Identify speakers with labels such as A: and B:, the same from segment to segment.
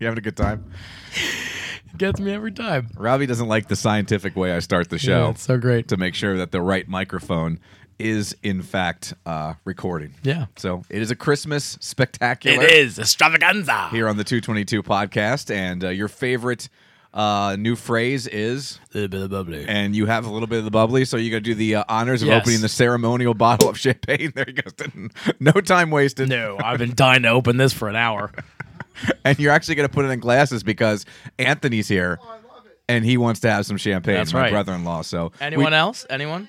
A: You having a good time?
B: Gets me every time.
A: Robbie doesn't like the scientific way I start the show
B: Yeah, it's so great.
A: to make sure that the right microphone is in fact uh, recording.
B: Yeah.
A: So it is a Christmas spectacular.
B: It is extravaganza.
A: here on the 222 podcast, and uh, your favorite uh, new phrase is,
B: Little bit of bubbly.
A: and you have a little bit of the bubbly, so you got to do the uh, honors of
B: Yes.
A: opening the ceremonial bottle of champagne. There you go. no time wasted.
B: no, I've been dying to open this for an hour.
A: and you're actually going to put it in glasses because Anthony's here,
B: Oh,
A: and he wants to have some champagne.
B: That's
A: my
B: right.
A: brother-in-law. So we-
B: Anyone else? Anyone?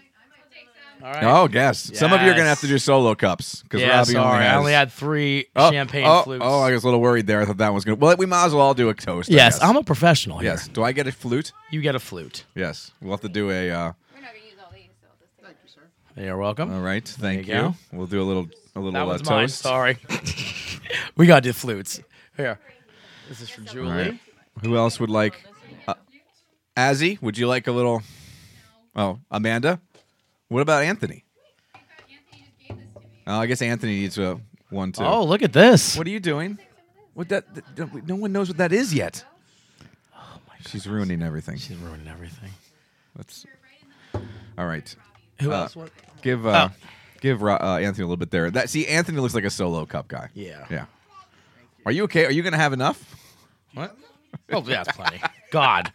B: All right.
A: Oh yes. some of you are going to have
B: Yes.
A: to do solo cups because
B: yeah,
A: Robbie
B: sorry.
A: only has.
B: I only had three
A: Oh,
B: champagne
A: oh,
B: flutes.
A: Oh, I was a little worried there. I thought that was going to. Well, we might as well all do a toast. I
B: yes,
A: guess.
B: I'm a professional here.
A: Yes. Do I get a flute?
B: You get a flute.
A: Yes. We'll have to do a. Uh,
C: We're not gonna use all these, so I'll just take one.
B: You're welcome.
A: All right, thank you.
B: There you go.
A: We'll do a little a little
B: that
A: uh,
B: was
A: toast.
B: mine. Sorry. we got to do flutes. Here. This is for Julie.
A: right. Who else would like? Uh, Azzy, would you like a little? Oh, Amanda. What about Anthony?
C: Anthony just gave this to me.
A: Oh, I guess Anthony needs a one too.
B: Oh, look at this.
A: what are you doing? What that? th- th- no one knows what that is yet. She's ruining everything.
B: She's ruining everything.
A: That's all right.
B: Who
A: Uh,
B: else? What?
A: Give uh,
B: Oh.
A: give Ro- uh, Anthony a little bit there. That see, Anthony looks like a solo cup guy.
B: Yeah.
A: Yeah. Are you okay? Are you gonna have enough?
B: What? Oh, yeah, that's plenty. God.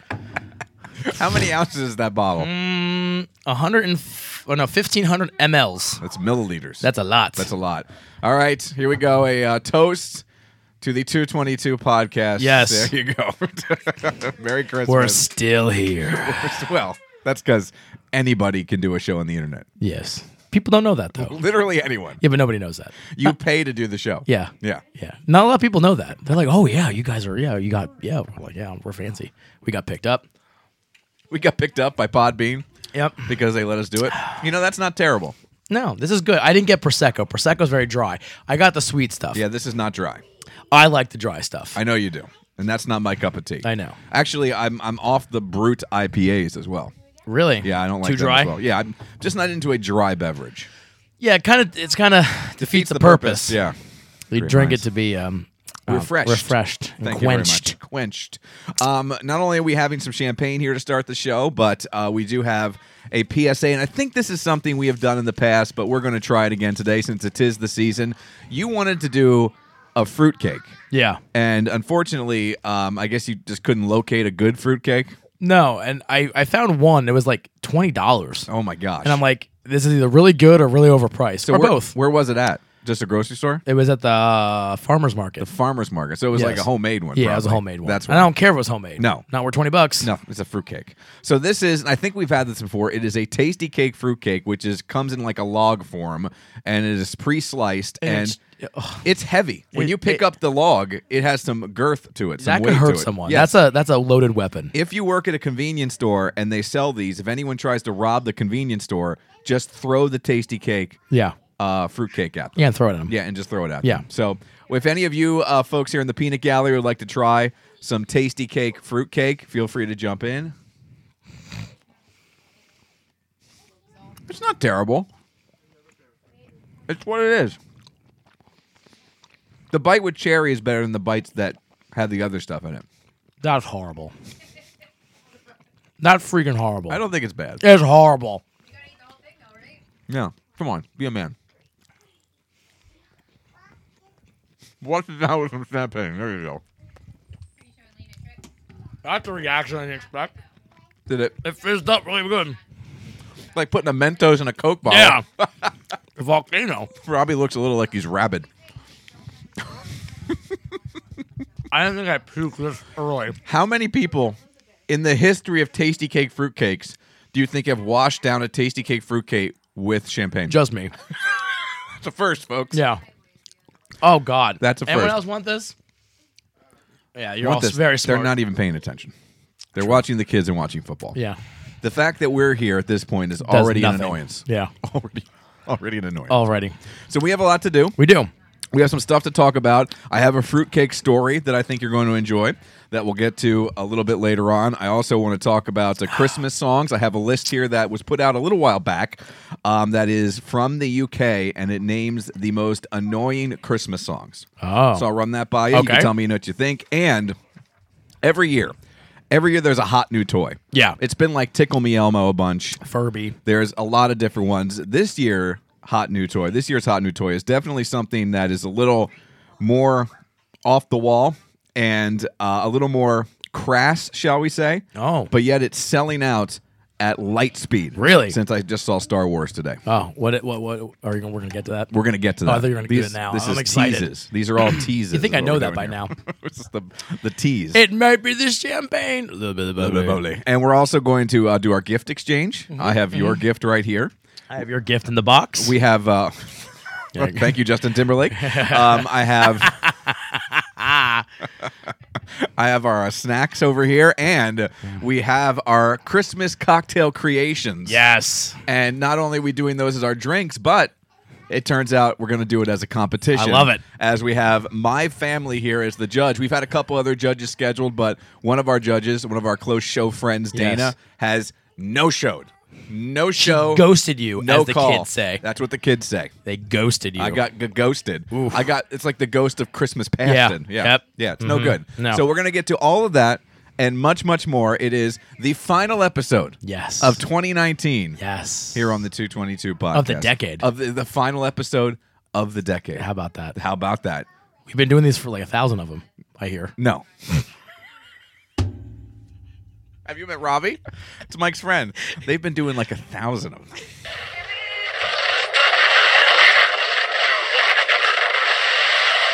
A: How many ounces is that bottle?
B: Mm. 100 and f- oh no, 1500 mLs.
A: That's milliliters.
B: That's a lot.
A: That's a lot. All right, here we go. A uh, toast to the 222 podcast.
B: Yes.
A: There you go. Merry Christmas.
B: We're still here.
A: Well, that's because anybody can do a show on the internet.
B: yes. People don't know that though.
A: Literally anyone.
B: Yeah, but nobody knows that.
A: You pay to do the show.
B: Yeah.
A: Yeah.
B: Yeah. Not a lot of people know that. They're like, "Oh yeah, you guys are yeah, you got yeah, we're like, yeah, we're fancy. We got picked up."
A: We got picked up by Podbean
B: Yep.
A: because they let us do it. You know, that's not terrible.
B: No, this is good. I didn't get prosecco. Prosecco's very dry. I got the sweet stuff.
A: Yeah, this is not dry.
B: I like the dry stuff.
A: I know you do. And that's not my cup of tea.
B: I know.
A: Actually, I'm, I'm off the brute IPAs as well.
B: really?
A: Yeah, I don't like
B: Too
A: them
B: dry?
A: as well. Yeah, I'm just not into a dry beverage.
B: Yeah, it kind of it's kind of defeats the, purpose.
A: Yeah.
B: You
A: Pretty
B: drink
A: nice.
B: it to be um um,
A: refreshed.
B: refreshed, and
A: Thank
B: quenched.
A: you very much. Quenched. Um, not only are we having some champagne here to start the show, but uh, we do have a PSA, and I think this is something we have done in the past, but we're going to try it again today since it is the season. You wanted to do a fruitcake,
B: Yeah.
A: and unfortunately, um, I guess you just couldn't locate a good fruitcake.
B: No, and I I found one. It was like twenty dollars,
A: Oh my gosh!
B: and I'm like, this is either really good or really overpriced, or
A: where,
B: both.
A: Where was it at? Just a grocery store,
B: It was at the uh, farmers market.
A: farmers market. So it was like
B: Yes.
A: a homemade one.
B: yeah, it was a
A: probably.
B: homemade one.
A: That's
B: and I don't care if it was homemade.
A: No.
B: not worth twenty bucks.
A: No, it's a fruitcake. So this is, and I think we've had this before. It is a tasty cake fruitcake, which is comes in like a log form, and it is pre-sliced, and,
B: And oh.
A: it's, heavy. When
B: It-
A: you pick
B: it-
A: up the log, it has some girth to it. Some
B: that
A: weight to
B: could hurt
A: it.
B: someone.
A: Yes.
B: That's a that's a loaded weapon.
A: if you work at a convenience store and they sell these, if anyone tries to rob the convenience store, just throw the tasty cake,
B: yeah,
A: uh, fruitcake at them.
B: yeah, and throw it at them.
A: Yeah, and just throw it out.
B: Yeah.
A: Them. So if any of you uh, folks here in the peanut gallery would like to try some tasty cake fruit cake, feel free to jump in. It's not terrible. It's what it is. The bite with cherry is better than the bites that had the other stuff in it.
B: that's horrible. Not freaking horrible.
A: I don't think it's bad.
B: It's horrible.
C: You gotta eat the whole thing though, right?
A: No. Come on, be a man. What's it now with some champagne? There you go.
C: Pretty sure Lena tricked.
B: That's the reaction I didn't expect.
A: Did it
B: It fizzed up really good.
A: like putting a Mentos in a Coke bottle?
B: the volcano.
A: Robbie looks a little like he's rabid.
B: I don't think I puked this early.
A: How many people in the history of tasty cake fruitcakes do you think have washed down a tasty cake fruitcake with champagne?
B: Just me.
A: That's a first, folks.
B: Yeah. Oh God.
A: That's a
B: Anyone
A: first.
B: else want this? Yeah, you're
A: Want
B: all
A: this?
B: very smart.
A: They're not even paying attention. They're watching the kids and watching football.
B: Yeah.
A: The fact that we're here at this point is
B: Does
A: e- already an
B: nothing.
A: annoyance. Oh.
B: Yeah. Oh.
A: Already, already an annoyance.
B: Already.
A: So we have a lot to do.
B: We do.
A: We have some stuff to talk about. I have a fruitcake story that I think you're going to enjoy that we'll get to a little bit later on. I also want to talk about the Christmas songs. I have a list here that was put out a little while back um, that is from the UK and it names the most annoying Christmas songs.
B: Oh.
A: So I'll run that by you. You can
B: Okay.
A: tell me what you think. And every year, every year there's a hot new toy.
B: Yeah.
A: It's been like Tickle Me Elmo a bunch.
B: Furby.
A: There's a lot of different ones. This year, hot new toy. This year's hot new toy is definitely something that is a little more off the wall and uh, a little more crass, shall we say?
B: Oh.
A: but yet it's selling out at light speed.
B: Really?
A: Since I just saw Star Wars today.
B: Oh, what? What? What? Are you? We're gonna get to that.
A: We're gonna get to
B: Oh, I
A: that.
B: thought you were gonna do
A: These-
B: it now.
A: This
B: I'm
A: is
B: excited.
A: teases. These are all teases.
B: think
A: is
B: I
A: what
B: know
A: we're doing
B: that by
A: here.
B: now.
A: it's the the tease.
B: It might be the champagne. Blah, blah, blah, blah.
A: and we're also going to uh, do our gift exchange.
B: Mm-hmm.
A: I have your gift right here.
B: I have your gift in the box.
A: We have. Uh,
B: There you go.
A: thank you, Justin Timberlake. Um, I have. I have our uh, snacks over here, and
B: Mm.
A: we have our Christmas cocktail creations.
B: yes.
A: And not only are we doing those as our drinks, but it turns out we're going to do it as a competition.
B: I love it.
A: As we have my family here as the judge. We've had a couple other judges scheduled, but one of our judges, one of our close show friends,
B: Yes.
A: Dana, has no showed. No show.
B: Ghosted you,
A: no
B: as the
A: call.
B: kids say.
A: That's what the kids say.
B: They ghosted you.
A: I got g- ghosted.
B: Oof.
A: I got it's like the ghost of Christmas Paston.
B: Yeah.
A: Yeah.
B: Yep. Mm-hmm.
A: Yeah, it's no good.
B: No.
A: So we're going to get to all of that and much much more. It is the final episode
B: yes
A: of 2019
B: yes
A: here on the 222 podcast
B: Of the decade.
A: of the, the final episode of the decade.
B: How about that?
A: How about that?
B: We've been doing these for like a thousand of them. I hear.
A: No. Have you met Robbie? It's Mike's friend. They've been doing like a thousand of them.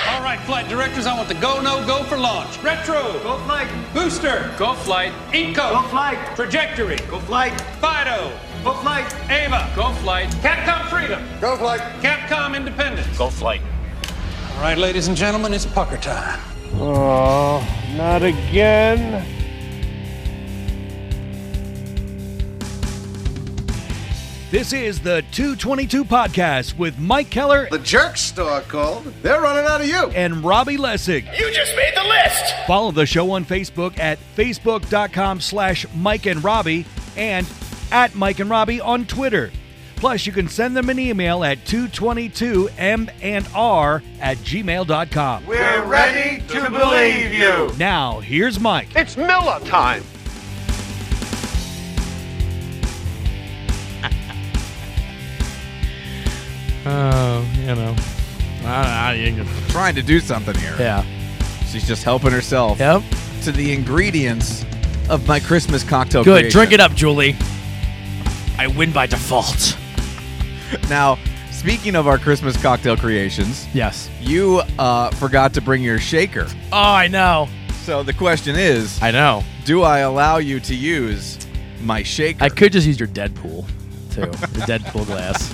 D: All right, flight directors, I want the go, no, go for launch. Retro.
E: Go flight.
D: Booster. Go flight. Inco.
E: Go flight.
D: Trajectory.
E: Go flight.
D: Fido.
E: Go flight.
D: Ava. Go flight. Capcom Freedom.
E: Go flight.
D: Capcom Independence. Go flight. All right, ladies and gentlemen, it's pucker time.
F: Not again.
G: This is the 222 Podcast with Mike Keller
H: The jerk store called. They're running out of you.
G: and Robbie Lessig. You just made the list! Follow the show on Facebook at facebook.com slash Mike and Robbie and at Mike and Robbie on Twitter. Plus, you can send them an email at 222m&r at gmail.com.
E: We're ready to believe you.
G: Now, here's Mike.
F: It's Miller time.
B: Oh, you know.
A: Trying to do something here.
B: Yeah.
A: She's just helping herself
B: Yep.
A: to the ingredients of my Christmas cocktail.
B: Good. Drink it up, Julie. I win by default.
A: Now, speaking of our Christmas cocktail creations,
B: Yes.
A: you uh, forgot to bring your shaker.
B: Oh, I know.
A: So the question is,
B: I know.
A: do I allow you to use my shaker?
B: I could just use your Deadpool too. The Deadpool glass.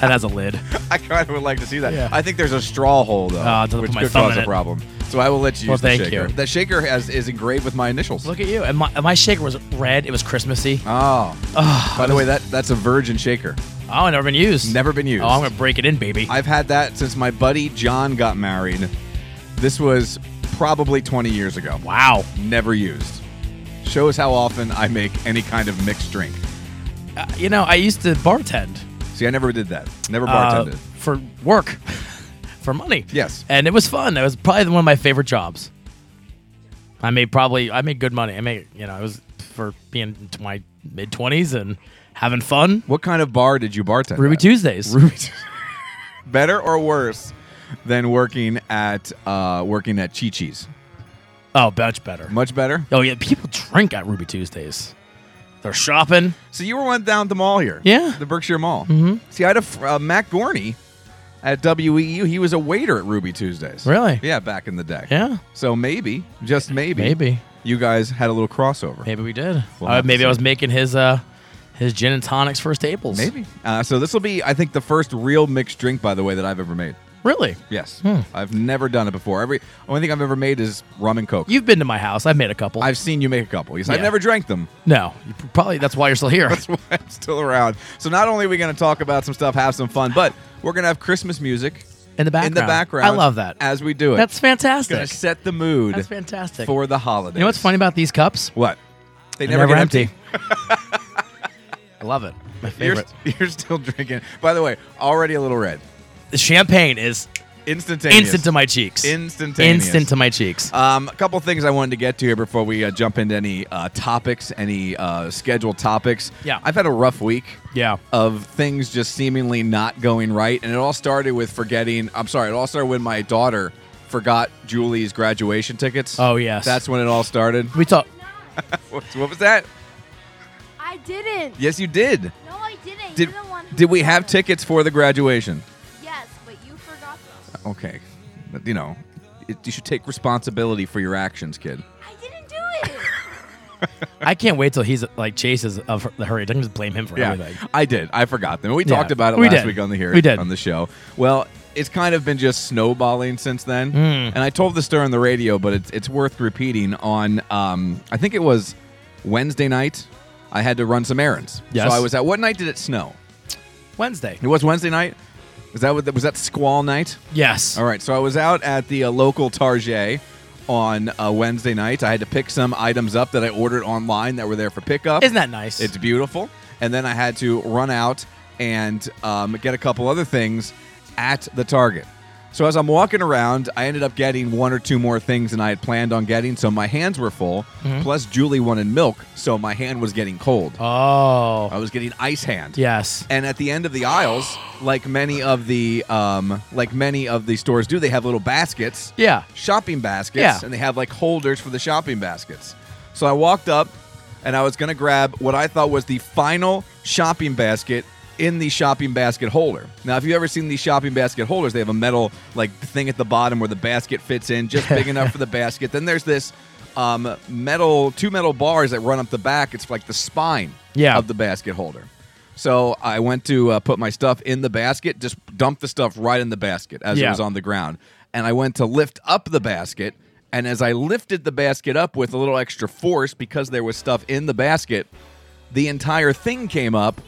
B: That has a lid.
A: I kind of would like to see that.
B: Yeah.
A: I think there's a straw hole though,
B: Ah, to
A: which
B: put my
A: could
B: thumb
A: cause
B: in
A: a
B: it.
A: problem. So I will let you
B: Well,
A: use the
B: thank
A: shaker.
B: you.
A: That shaker has is engraved with my initials.
B: Look at you. And my, and my shaker was red. It was Christmassy.
A: Oh.
B: Ah,
A: By the way, that that's a virgin shaker.
B: Oh, never been used.
A: Never been used.
B: Oh, I'm gonna break it in, baby.
A: I've had that since my buddy John got married. This was probably 20 years ago.
B: wow.
A: Never used. Shows how often I make any kind of mixed drink.
B: Uh, you know, I used to bartend.
A: See, I never did that. Never
B: uh,
A: bartended.
B: for work, for money.
A: Yes.
B: and it was fun. It was probably one of my favorite jobs. I made probably I made good money. I made you know it was for being into my mid twenties and having fun.
A: what kind of bar did you bartend?
B: Ruby
A: at?
B: Tuesdays.
A: Ruby Tuesday. Better or worse than working at uh, working at Chi Chi's?
B: Oh, much better.
A: Much better.
B: Oh yeah, people drink at Ruby Tuesdays. They're shopping.
A: So you were one down at the mall here.
B: Yeah.
A: The Berkshire Mall. Mm-hmm. See, I had a fr- uh, Matt Gorney at WEU. He was a waiter at Ruby Tuesdays.
B: Really?
A: Yeah, back in the day.
B: Yeah.
A: So maybe, just maybe,
B: Maybe.
A: you guys had a little crossover.
B: Maybe we did.
A: We'll
B: Uh,
A: have to
B: maybe
A: see.
B: I was making his uh his gin and tonics for Staples.
A: Maybe. Uh, so this will be, I think, the first real mixed drink, by the way, that I've ever made.
B: Really.
A: Yes,
B: Hmm.
A: I've never done it before. Every only thing I've ever made is rum and coke.
B: You've been to my house. I've made a couple.
A: I've seen you make a couple. Yes, I've
B: Yeah.
A: never drank them.
B: no, you probably that's why you're still here.
A: That's why I'm still around. So not only are we going to talk about some stuff, have some fun, but we're going to have Christmas music.
B: in the background.
A: in the background.
B: I love that.
A: As we do it.
B: That's fantastic.
A: Gonna set the mood
B: That's fantastic.
A: for the holidays.
B: you know what's funny about these cups?
A: What? They
B: They're
A: never, get empty.
B: I love it. My
A: You're,
B: favorite.
A: you're still drinking. By the way, already a little red.
B: The champagne is
A: Instantaneous.
B: instant to my cheeks.
A: Instantaneous.
B: Instant to my cheeks.
A: Um, a couple things I wanted to get to here before we uh, jump into any uh, topics, any uh, scheduled topics.
B: Yeah.
A: I've had a rough week.
B: Yeah.
A: Of things just seemingly not going right, and it all started with forgetting. I'm sorry, it all started when my daughter forgot Julie's graduation tickets.
B: Oh, yes.
A: that's when it all started.
B: we talk.
A: What, what was that?
I: I didn't.
A: Yes, you did.
I: No, I didn't.
A: Did
I: You're the one who
A: did we
I: did
A: have
I: it.
A: tickets for the graduation?
I: Yes, but you forgot them.
A: Okay, but, you know, it, you should take responsibility for your actions, kid.
I: I didn't do it.
B: I can't wait till he's like chases of her- the hurry. I can just blame him for everything.
A: I did. I forgot them. We
B: Yeah.
A: talked about it
B: We
A: last
B: did.
A: week on the here
B: We did.
A: on the show. Well, it's kind of been just snowballing since then.
B: Hmm.
A: And I told the story on the radio, but it's it's worth repeating. On um, I think it was Wednesday night. I had to run some errands.
B: Yes.
A: So I was at. What night did it snow?
B: Wednesday.
A: It was Wednesday night. Was that what the, was that squall night?
B: Yes.
A: All right, so I was out at the uh, local Target on uh, Wednesday night. I had to pick some items up that I ordered online that were there for pickup.
B: Isn't that nice?
A: It's beautiful. And then I had to run out and um, get a couple other things at the Target. So as I'm walking around, I ended up getting one or two more things than I had planned on getting. So my hands were full. Plus, Julie wanted milk, so my hand was getting cold.
B: Mm-hmm. oh.
A: I was getting ice hand.
B: Yes.
A: And at the end of the aisles, like many of the um, like many of the stores do, they have little baskets
B: Yeah.
A: shopping baskets
B: Yeah.
A: and they have like holders for the shopping baskets. So I walked up and I was going to grab what I thought was the final shopping basket in the shopping basket holder. Now, if you've ever seen these shopping basket holders, they have a metal like thing at the bottom where the basket fits in, just big enough for the basket. Then there's this um, metal, two metal bars that run up the back. It's like the spine
B: Yeah.
A: of the basket holder. So I went to uh, put my stuff in the basket, just dump the stuff right in the basket as it
B: Yeah.
A: was on the ground. And I went to lift up the basket. And as I lifted the basket up with a little extra force because there was stuff in the basket, the entire thing came up.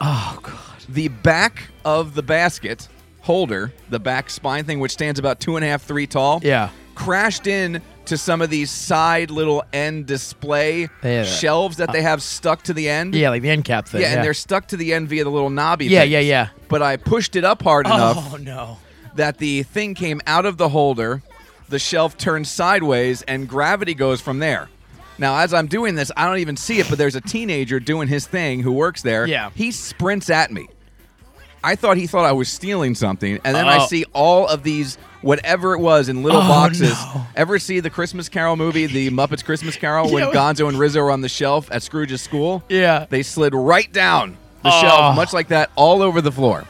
B: Oh god.
A: The back of the basket holder, the back spine thing, which stands about two and a half, three tall,
B: Yeah.
A: crashed in to some of these side little end display
B: Yeah.
A: shelves that they have stuck to the end.
B: Yeah, like the end cap thing.
A: Yeah, and they're stuck to the end via the little knobby.
B: Yeah,
A: things.
B: yeah, yeah.
A: But I pushed it up hard enough
B: Oh no.
A: that the thing came out of the holder, the shelf turns sideways, and gravity goes from there. Now, as I'm doing this, I don't even see it, but there's a teenager doing his thing who works there.
B: Yeah.
A: He sprints at me. I thought he thought I was stealing something, and then I
B: Oh.
A: see all of these whatever it was in little
B: Oh,
A: boxes.
B: no.
A: Ever see the Christmas Carol movie, The Muppets Christmas Carol, when
B: Yeah.
A: Gonzo and Rizzo are on the shelf at Scrooge's school?
B: Yeah.
A: They slid right down the
B: Oh.
A: shelf, much like that, all over the floor.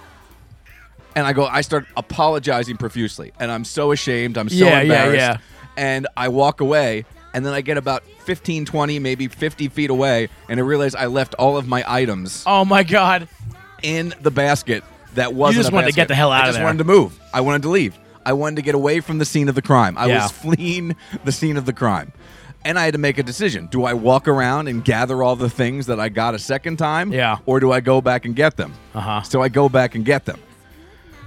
A: And I go, I start apologizing profusely. And I'm so ashamed. I'm so
B: Yeah, yeah,
A: embarrassed.
B: yeah.
A: And I walk away. And then I get about 15, 20, maybe 50 feet away. And I realize I left all of my items
B: Oh my god.
A: in the basket that wasn't
B: just
A: a
B: wanted to
A: basket.
B: get the hell out
A: I
B: of
A: just
B: there.
A: wanted to move. I wanted to leave. I wanted to get away from the scene of the crime. I
B: Yeah.
A: was fleeing the scene of the crime. And I had to make a decision. Do I walk around and gather all the things that I got a second time?
B: Yeah.
A: Or do I go back and get them?
B: Uh-huh.
A: So I go back and get them.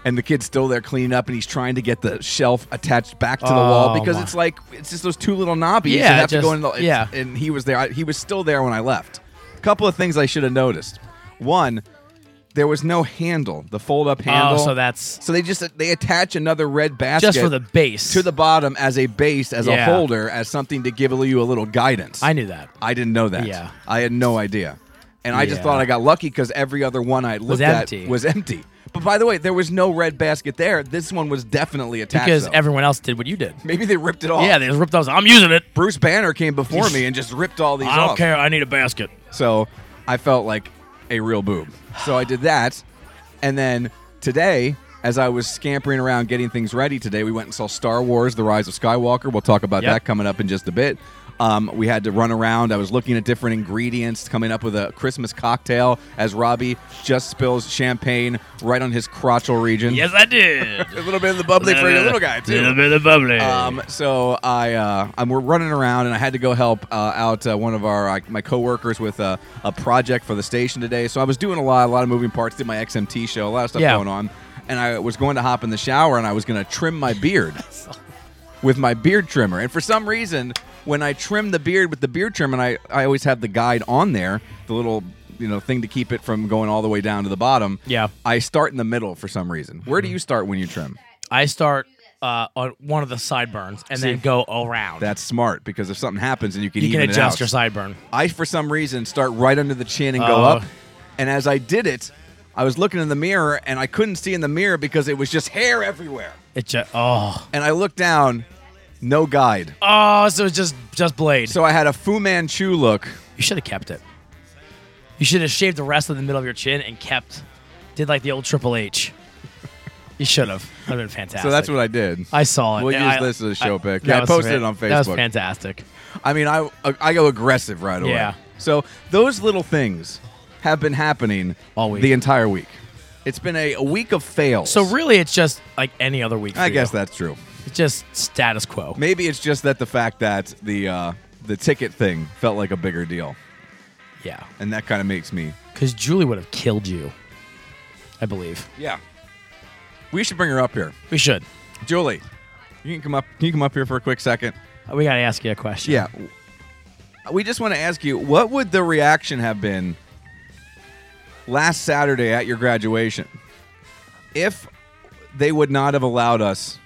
A: And the kid's still there cleaning up and he's trying to get the shelf attached back to the wall
B: Oh,
A: because
B: my.
A: it's like it's just those two little knobbies
B: Yeah,
A: that have to
B: just-
A: go in the it's-
B: yeah.
A: and he was there. I, he was still there when I left. couple of things I should have noticed. One, there was no handle, the fold up handle.
B: Oh, so that's-
A: so they just they attach another red basket
B: Just for the base.
A: to the bottom as a base as a
B: Yeah.
A: holder as something to give you a little guidance.
B: I knew that.
A: I didn't know that.
B: Yeah.
A: I had no idea. And I just
B: Yeah.
A: thought I got lucky because every other one I looked at
B: empty.
A: was empty. But by the way, there was no red basket there. This one was definitely attached.
B: Because
A: though. Oh.
B: everyone else did what you did.
A: maybe they ripped it off.
B: Yeah, they just ripped those. I'm using it.
A: Bruce Banner came before me and just ripped all these
B: I don't
A: off.
B: care. I need a basket.
A: So I felt like a real boob. So I did that. And then today, as I was scampering around getting things ready today, we went and saw Star Wars The Rise of Skywalker. We'll talk about
B: Yep.
A: that coming up in just a bit. Um, we had to run around. I was looking at different ingredients, coming up with a Christmas cocktail as Robbie just spills champagne right on his crotchal region.
B: Yes, I did.
A: A little bit of the bubbly for your little guy, too.
B: Little bit of bubbly.
A: Um, so I, uh, I'm we're running around, and I had to go help uh, out uh, one of our uh, my coworkers with uh, a, a project for the station today. So I was doing a lot, a lot of moving parts. Did my XMT show, a lot of stuff
B: Yeah.
A: going on, and I was going to hop in the shower and I was going to trim my beard with my beard trimmer. And for some reason, when I trim the beard with the beard trimmer, and I, I always have the guide on there, the little you know thing to keep it from going all the way down to the bottom.
B: Yeah.
A: I start in the middle for some reason. Where do you start when you trim?
B: I start uh, on one of the sideburns and then go around.
A: That's smart because if something happens and you can
B: you can
A: even it
B: adjust
A: out.
B: your sideburn.
A: I, for some reason, start right under the chin and go
B: Oh.
A: up. And as I did it, I was looking in the mirror and I couldn't see in the mirror because it was just hair everywhere.
B: It just oh
A: And I looked down, no guide.
B: oh, so it's just just blade.
A: So I had a Fu Manchu look.
B: you should have kept it. You should have shaved the rest of the middle of your chin and kept did like the old Triple H. You should have. That'd been fantastic.
A: So that's what I did.
B: I saw it.
A: We'll
B: and
A: use
B: I-
A: this as a show pic.
B: that
A: Yeah, I
B: was
A: posted it on
B: That was
A: Facebook.
B: fantastic.
A: I mean, I I go aggressive right away.
B: Yeah.
A: So those little things have been happening
B: All week.
A: the entire week. It's been a, a week of fails.
B: So really, it's just like any other week. For
A: I guess
B: you.
A: that's true.
B: it's just status quo.
A: Maybe it's just that the fact that the uh, the ticket thing felt like a bigger deal,
B: Yeah,
A: and that kind of makes me.
B: because Julie would have killed you. I believe
A: Yeah. We should bring her up here,
B: we should.
A: Julie. You can come up. Can you come up here for a quick second?
B: Uh, We gotta ask you a question.
A: Yeah. We just want to ask you, what would the reaction have been last Saturday at your graduation if they would not have allowed us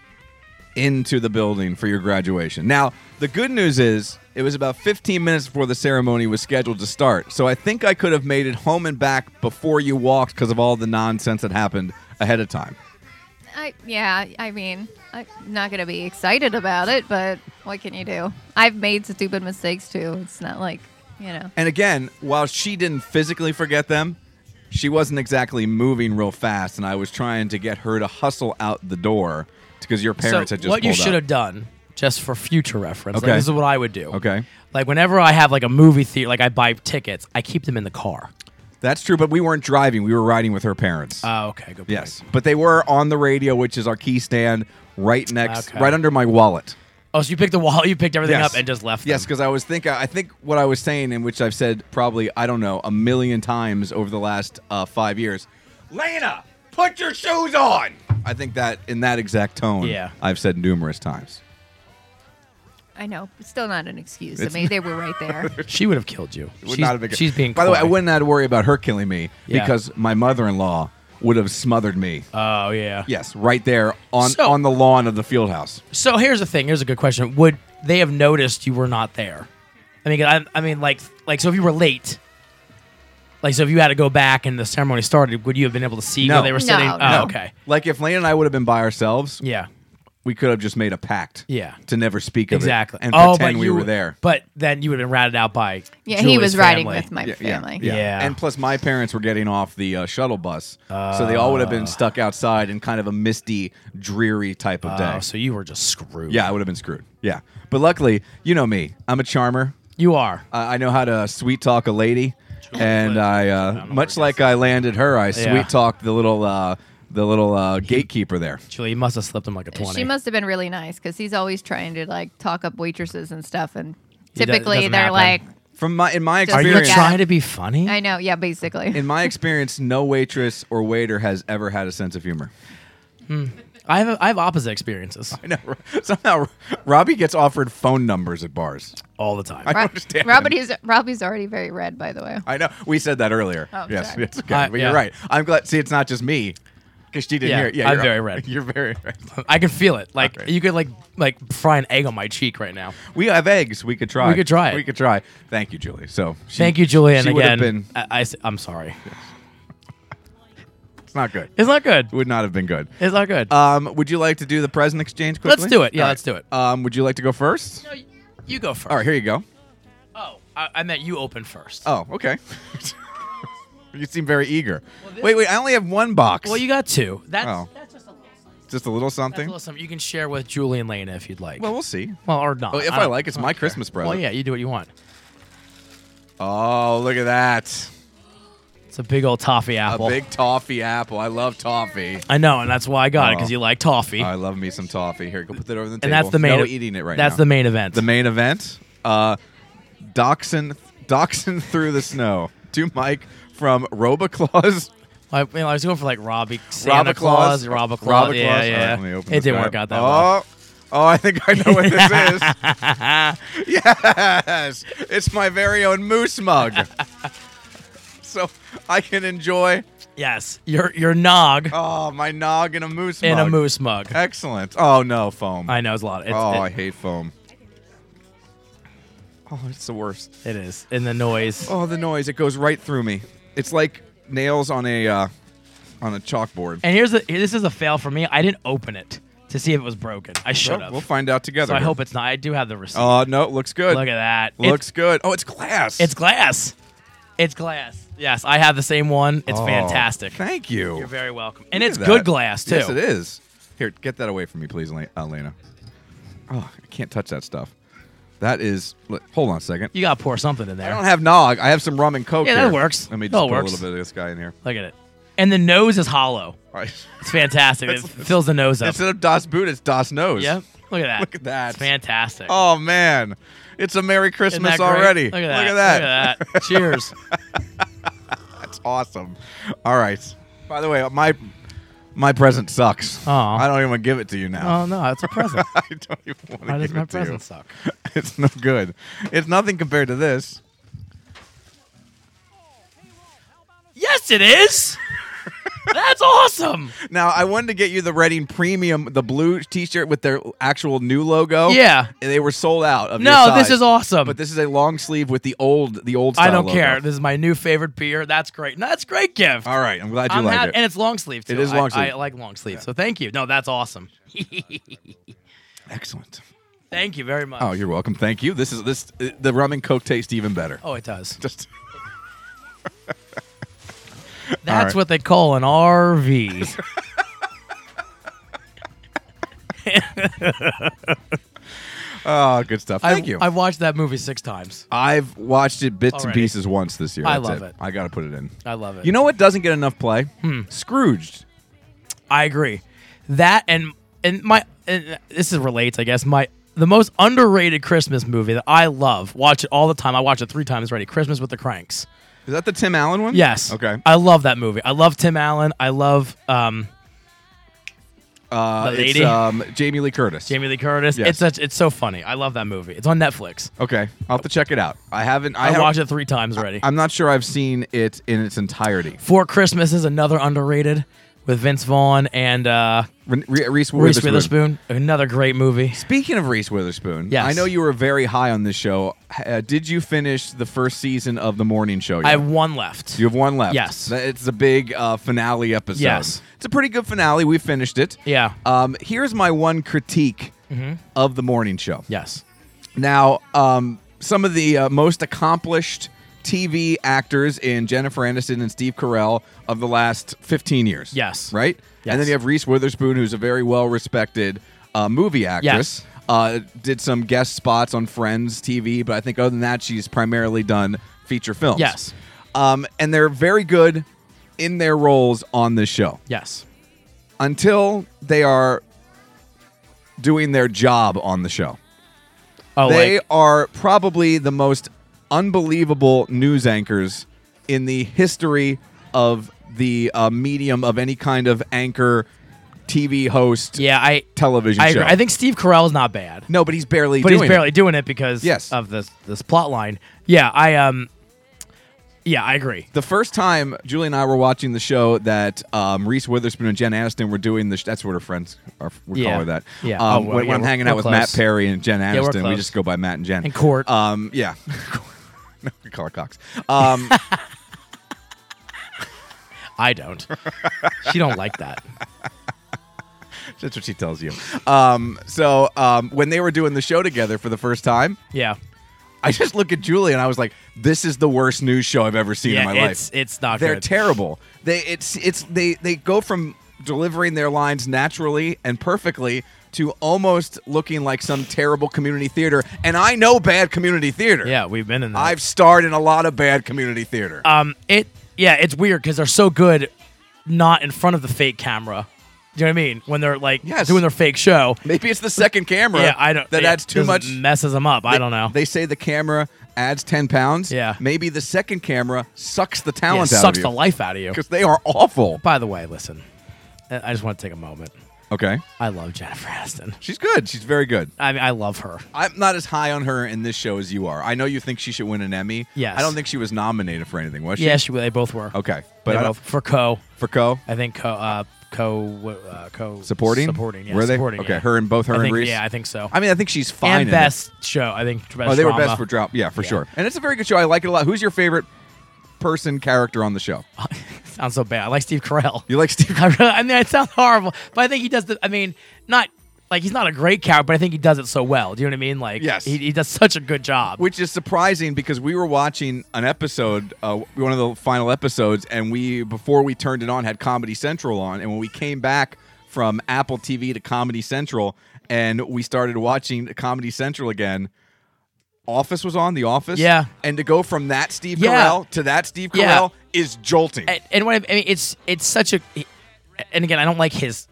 A: into the building for your graduation? Now, the good news is it was about 15 minutes before the ceremony was scheduled to start. So I think I could have made it home and back before you walked because of all the nonsense that happened ahead of time.
J: I, yeah, I mean, I'm not going to be excited about it, but what can you do? I've made stupid mistakes too. It's not like, you know.
A: And again, while she didn't physically forget them, she wasn't exactly moving real fast, and I was trying to get her to hustle out the door because your parents
B: so
A: had just
B: what you
A: pulled
B: should
A: up.
B: have done, just for future reference,
A: Okay.
B: like, this is what I would do.
A: Okay,
B: Like whenever I have like a movie theater, like I buy tickets, I keep them in the car.
A: that's true, but we weren't driving; we were riding with her parents.
B: Oh, okay, good. Point.
A: yes, but they were on the radio, which is our key stand, right next,
B: Okay.
A: right under my wallet.
B: Oh, so you picked the wall, you picked everything
A: Yes.
B: up and just left.
A: Yes,
B: them.
A: because I was think I think what I was saying, and which I've said probably I don't know a million times over the last uh, five years. Lana, put your shoes on. I think that in that exact tone,
B: Yeah.
A: I've said numerous times.
J: I know. It's still not an excuse.
A: It's-
J: I mean, they were right there.
B: she would have killed you.
A: Would
B: she's,
A: not have been-
B: she's being.
A: By the way, I
B: coy.
A: wouldn't have to worry about her killing me
B: Yeah.
A: because my mother-in-law would have smothered me.
B: Oh yeah.
A: yes, right there on
B: So-
A: on the lawn of the field house.
B: So here's the thing. Here's a good question. Would they have noticed you were not there? I mean, I, I mean, like, like, so if you were late, like, so if you had to go back and the ceremony started, would you have been able to see
A: No.
B: where they were
A: No,
B: sitting? Oh,
J: no.
B: okay.
A: Like if Lane and I would have been by ourselves,
B: Yeah.
A: we could have just made a pact,
B: Yeah.
A: to never speak of
B: Exactly.
A: it and
B: oh,
A: pretend
B: but
A: we
B: you
A: were there.
B: But then you would have been ratted out by.
J: Yeah, he
B: Julie's
J: was riding
B: family.
J: with my family.
A: Yeah,
B: Yeah.
A: And plus, my parents were getting off the uh, shuttle bus, so they all would have been
B: Ah.
A: stuck outside in kind of a misty, dreary type of
B: Oh,
A: day.
B: so you were just screwed.
A: yeah, I would have been screwed. Yeah, but luckily, you know me, I'm a charmer.
B: you are.
A: I I know how to sweet talk a lady, and I, uh, much like I landed her, I
B: Yeah.
A: sweet talked the little, uh, the little uh, gatekeeper there.
B: Julie, you must have slipped him like a twenty.
J: She must have been really nice because he's always trying to like talk up waitresses and stuff. And
B: does- it
J: typically
B: doesn't
J: they're
B: happen.
J: like,
A: From my in my
J: Just
B: are you
A: experience,
J: look at-
B: trying to be funny?
J: I know. Yeah, basically.
A: in my experience, no waitress or waiter has ever had a sense of humor.
B: I have I have opposite experiences
A: I know. Somehow, Robbie gets offered phone numbers at bars.
B: all the time.
A: I
J: Ro-
A: understand.
J: Robert is, Robbie's already very red, by the way.
A: I know. We said that earlier.
J: Oh,
A: yes,
J: sorry.
A: it's okay.
B: Uh,
A: but
B: yeah.
A: you're right. I'm glad. See, it's not just me. Because she didn't
B: Yeah,
A: hear it. Yeah,
B: I'm
A: you're-
B: very red.
A: You're very red.
B: I can feel it. Like
A: Okay.
B: you could like like fry an egg on my cheek right now.
A: We have eggs. We could try.
B: We could try it.
A: We could try. Thank you, Julie. So she-
B: Thank you, Julie. And
A: she would have
B: again,
A: been-
B: I, am sorry.
A: It's not good.
B: It's not good.
A: It would not have been good.
B: It's not good.
A: Um, would you like to do the present exchange quickly?
B: Let's do it. Yeah,
A: All
B: let's do it.
A: Um, would you like to go first?
B: No, y- you go first.
A: All right, here you go.
B: Oh, I, I meant you open first.
A: Oh, okay. you seem very eager. wait, wait. I only have one box.
B: Well, you got two. That's,
A: Oh.
B: that's just a little something.
A: just a little
B: That's a
A: something.
B: little something you can share with Julie and Lena if you'd like.
A: well, we'll see.
B: Well, or not.
A: Oh, if I,
B: don't-
A: like, it's
B: don't
A: my
B: care.
A: Christmas present.
B: Well, yeah, you do what you want.
A: Oh, look at that.
B: It's a big old toffee apple.
A: A big toffee apple. I love toffee.
B: I know, and that's why I got it because
A: Oh.
B: you like toffee,
A: I love me some toffee. Here, go put that over the table.
B: and that's the main.
A: No
B: e-
A: eating it right
B: That's
A: now.
B: the main event.
A: The main event. Uh, Dachshund, Dachshund through the snow. To Mike from Roboclaws
B: Like, you know, I was going for like Robbie Santa Claus, Robba Claus.
A: Robba Claus?
B: Yeah,
A: All right,
B: yeah.
A: let me open
B: it
A: this
B: didn't
A: guy
B: work
A: up.
B: out that
A: oh.
B: well.
A: Oh, I think I know what this is. yes, it's my very own moose mug. so I can enjoy.
B: Yes, your your nog
A: Oh, my nog in a moose
B: in
A: mug.
B: a moose mug.
A: Excellent. Oh no, foam.
B: I know it's a lot. It's,
A: oh,
B: it-
A: I hate foam. Oh, it's the worst.
B: it is, and the noise.
A: Oh, the noise! It goes right through me. It's like nails on a uh, on a chalkboard.
B: And here's a here- this is a fail for me. I didn't open it to see if it was broken. I should
A: Well,
B: have.
A: we'll find out together.
B: so I hope it's not. I do have the receipt.
A: Oh no, it looks good.
B: Look at that. It's-
A: Looks good. Oh, it's glass.
B: It's glass. It's glass. Yes, I have the same one. It's
A: Oh,
B: fantastic.
A: Thank you.
B: You're very welcome. And
A: Look
B: it's
A: at
B: good
A: that.
B: glass too.
A: Yes, it is. Here, get that away from me, please, Elena. Oh, I can't touch that stuff. That is. look, Hold on a second.
B: You gotta pour something in
A: I
B: there.
A: don't have nog. I have some rum and coke.
B: Yeah, that
A: here.
B: works.
A: Let me just
B: That
A: put
B: works.
A: a little bit of this guy in here.
B: Look at it. And the nose is hollow.
A: All right.
B: It's fantastic. it
A: That's-
B: fills the nose up.
A: Instead of Das Boot, it's Das Nose.
B: Yep. Look at that.
A: Look at that.
B: It's fantastic.
A: Oh man, it's a Merry
B: Isn't
A: Christmas
B: that great?
A: already.
B: Look at that.
A: that.
B: Look at that. Cheers.
A: That's awesome. All right. By the way, my my present sucks.
B: Aw.
A: I don't even want to give it to you now.
B: Oh no, it's a present.
A: I don't even
B: Why
A: want to
B: does
A: give
B: my
A: it to
B: present
A: you.
B: suck?
A: It's no good. It's nothing compared to this.
B: Yes, it is. That's awesome.
A: Now, I wanted to get you the Reading Premium, the blue T-shirt with their actual new logo.
B: Yeah.
A: And they were sold out. Of
B: No,
A: your
B: this
A: size.
B: is awesome.
A: But this is a long sleeve with the old, the old. Style
B: I don't
A: logo.
B: care. This is my new favorite beer. That's great. No, that's a great gift.
A: All right, I'm glad you
B: I'm
A: like
B: hap-
A: it.
B: and it's long sleeve too.
A: It is
B: I-
A: long sleeve.
B: I, like long sleeve. So thank you. No, that's awesome.
A: Excellent.
B: Thank you very much.
A: Oh, you're welcome. Thank you. This is this the rum and coke tastes even better.
B: Oh, it does.
A: Just
B: That's
A: right.
B: what they call an RV.
A: oh, good stuff. Thank
B: I,
A: you.
B: I've watched that movie six times.
A: I've watched it bits and
B: Already.
A: pieces once this year.
B: I
A: That's
B: love it.
A: I got to put it in.
B: I love it. Hmm.
A: You know what doesn't get enough play? Scrooged.
B: I agree. That and and my and this is relates, I guess. My the most underrated Christmas movie that I love. Watch it all the time. I watch it three times already. Christmas with the Cranks.
A: Is that the Tim Allen one?
B: Yes.
A: Okay.
B: I love that movie. I love Tim Allen. I love um,
A: Uh,
B: the
A: it's
B: lady?
A: um, Jamie Lee Curtis.
B: Jamie Lee Curtis.
A: Yes.
B: It's such, it's so funny. I love that movie. It's on Netflix.
A: Okay, I'll have to check it out. I haven't. I,
B: I,
A: haven't-
B: watched it three times already.
A: I'm not sure I've seen it in its entirety.
B: Four Christmas is another underrated with Vince Vaughn and uh,
A: Re- Re- Reese Witherspoon.
B: Reese Witherspoon. Another great movie.
A: Speaking of Reese Witherspoon,
B: Yes.
A: I know you were very high on this show. Uh, did you finish the first season of the morning show? Yet?
B: I have one left.
A: You have one left.
B: Yes.
A: Th- It's a big uh, finale episode.
B: Yes.
A: It's a pretty good finale. We finished it.
B: Yeah. Mm-hmm.
A: Um, here's my one critique of the morning show.
B: yes.
A: Now, um, some of the uh, most accomplished TV actors in Jennifer Aniston and Steve Carell of the last 15 years.
B: Yes.
A: Right?
B: Yes.
A: And then you have Reese Witherspoon, who's a very well respected uh, movie actress.
B: Yes.
A: Uh, did some guest spots on Friends TV, but I think other than that, she's primarily done feature films.
B: Yes.
A: Um, and they're very good in their roles on this show
B: Yes.
A: until they are doing their job on the show
B: Oh,
A: they
B: like,
A: are probably the most unbelievable news anchors in the history of the uh, medium of any kind of anchor, TV host,
B: yeah, I
A: television
B: I
A: show.
B: agree. I think Steve Carell is not bad,
A: no, but he's barely.
B: but
A: doing
B: he's
A: it.
B: barely doing it because
A: Yes.
B: of this this plot line. Yeah, I um, yeah, I agree.
A: The first time Julie and I were watching the show that um, Reese Witherspoon and Jen Aniston were doing the sh- that's what her friends are we
B: Yeah.
A: call her that.
B: Yeah.
A: Um,
B: Oh, well,
A: when, when
B: yeah,
A: I'm
B: we're-
A: hanging
B: we're
A: out with Matt
B: close.
A: Perry and Jen
B: we're
A: Aniston, we
B: close.
A: just go by Matt and Jen.
B: And Court.
A: Um, yeah. no, we call her Cox. Um,
B: I don't. she don't like that.
A: That's what she tells you. Um, so um, when they were doing the show together for the first time,
B: Yeah,
A: I just look at Julie and I was like, "This is the worst news show I've ever seen
B: yeah,
A: in my
B: it's
A: life.
B: it's not
A: They're
B: good.
A: terrible. They it's it's they they go from delivering their lines naturally and perfectly to almost looking like some terrible community theater. And I know bad community theater.
B: yeah, we've been in that.
A: I've starred in a lot of bad community theater.
B: um it yeah it's weird because they're so good not in front of the fake camera do you know what i mean when they're like
A: Yes.
B: doing their fake show
A: Maybe it's the second camera.
B: yeah i don't
A: That
B: it
A: adds too
B: just
A: much.
B: messes them up i
A: They-
B: don't know
A: They say the camera adds 10 pounds,
B: Yeah.
A: maybe the second camera sucks the talent
B: Yeah,
A: out
B: sucks
A: of you.
B: the life out of you.
A: Because they are awful.
B: By the way, listen, I I just want to take a moment.
A: Okay.
B: I love Jennifer Aniston.
A: She's good. She's very good.
B: I mean, I love her.
A: I'm not as high on her in this show as you are. I know you think she should win an Emmy.
B: Yes.
A: I don't think she was nominated for anything, was she?
B: yeah, she, they both were.
A: Okay.
B: They
A: But I
B: both,
A: don't,
B: for Co,
A: for Co,
B: I think Co, uh, Co, wh- uh, Co
A: supporting?
B: supporting. Yeah,
A: Were they?
B: supporting,
A: Okay.
B: yeah.
A: Her and both her
B: I
A: and
B: think-
A: Reese?
B: Yeah, I think so.
A: I mean, I think she's fine.
B: and
A: in it.
B: best show, I think. Best
A: oh, they were
B: drama.
A: best for drop. Yeah, for
B: Yeah.
A: sure. And it's a very good show. I like it a lot. Who's your favorite person, character on the show?
B: Sounds so bad. I like Steve Carell.
A: You like Steve?
B: I, really, I mean, it sounds horrible, but I think he does the. I mean, not like he's not a great character, but I think he does it so well. Do you know what I mean? Like,
A: Yes.
B: he, he does such a good job.
A: Which is surprising because we were watching an episode, uh, one of the final episodes, and we before we turned it on had Comedy Central on, and when we came back from Apple TV to Comedy Central, and we started watching Comedy Central again. Office was on, The Office.
B: Yeah.
A: And to go from that Steve
B: Yeah.
A: Carell to that Steve Carell
B: Yeah.
A: is jolting.
B: and, and what I, I mean, it's it's such a. And again, I don't like his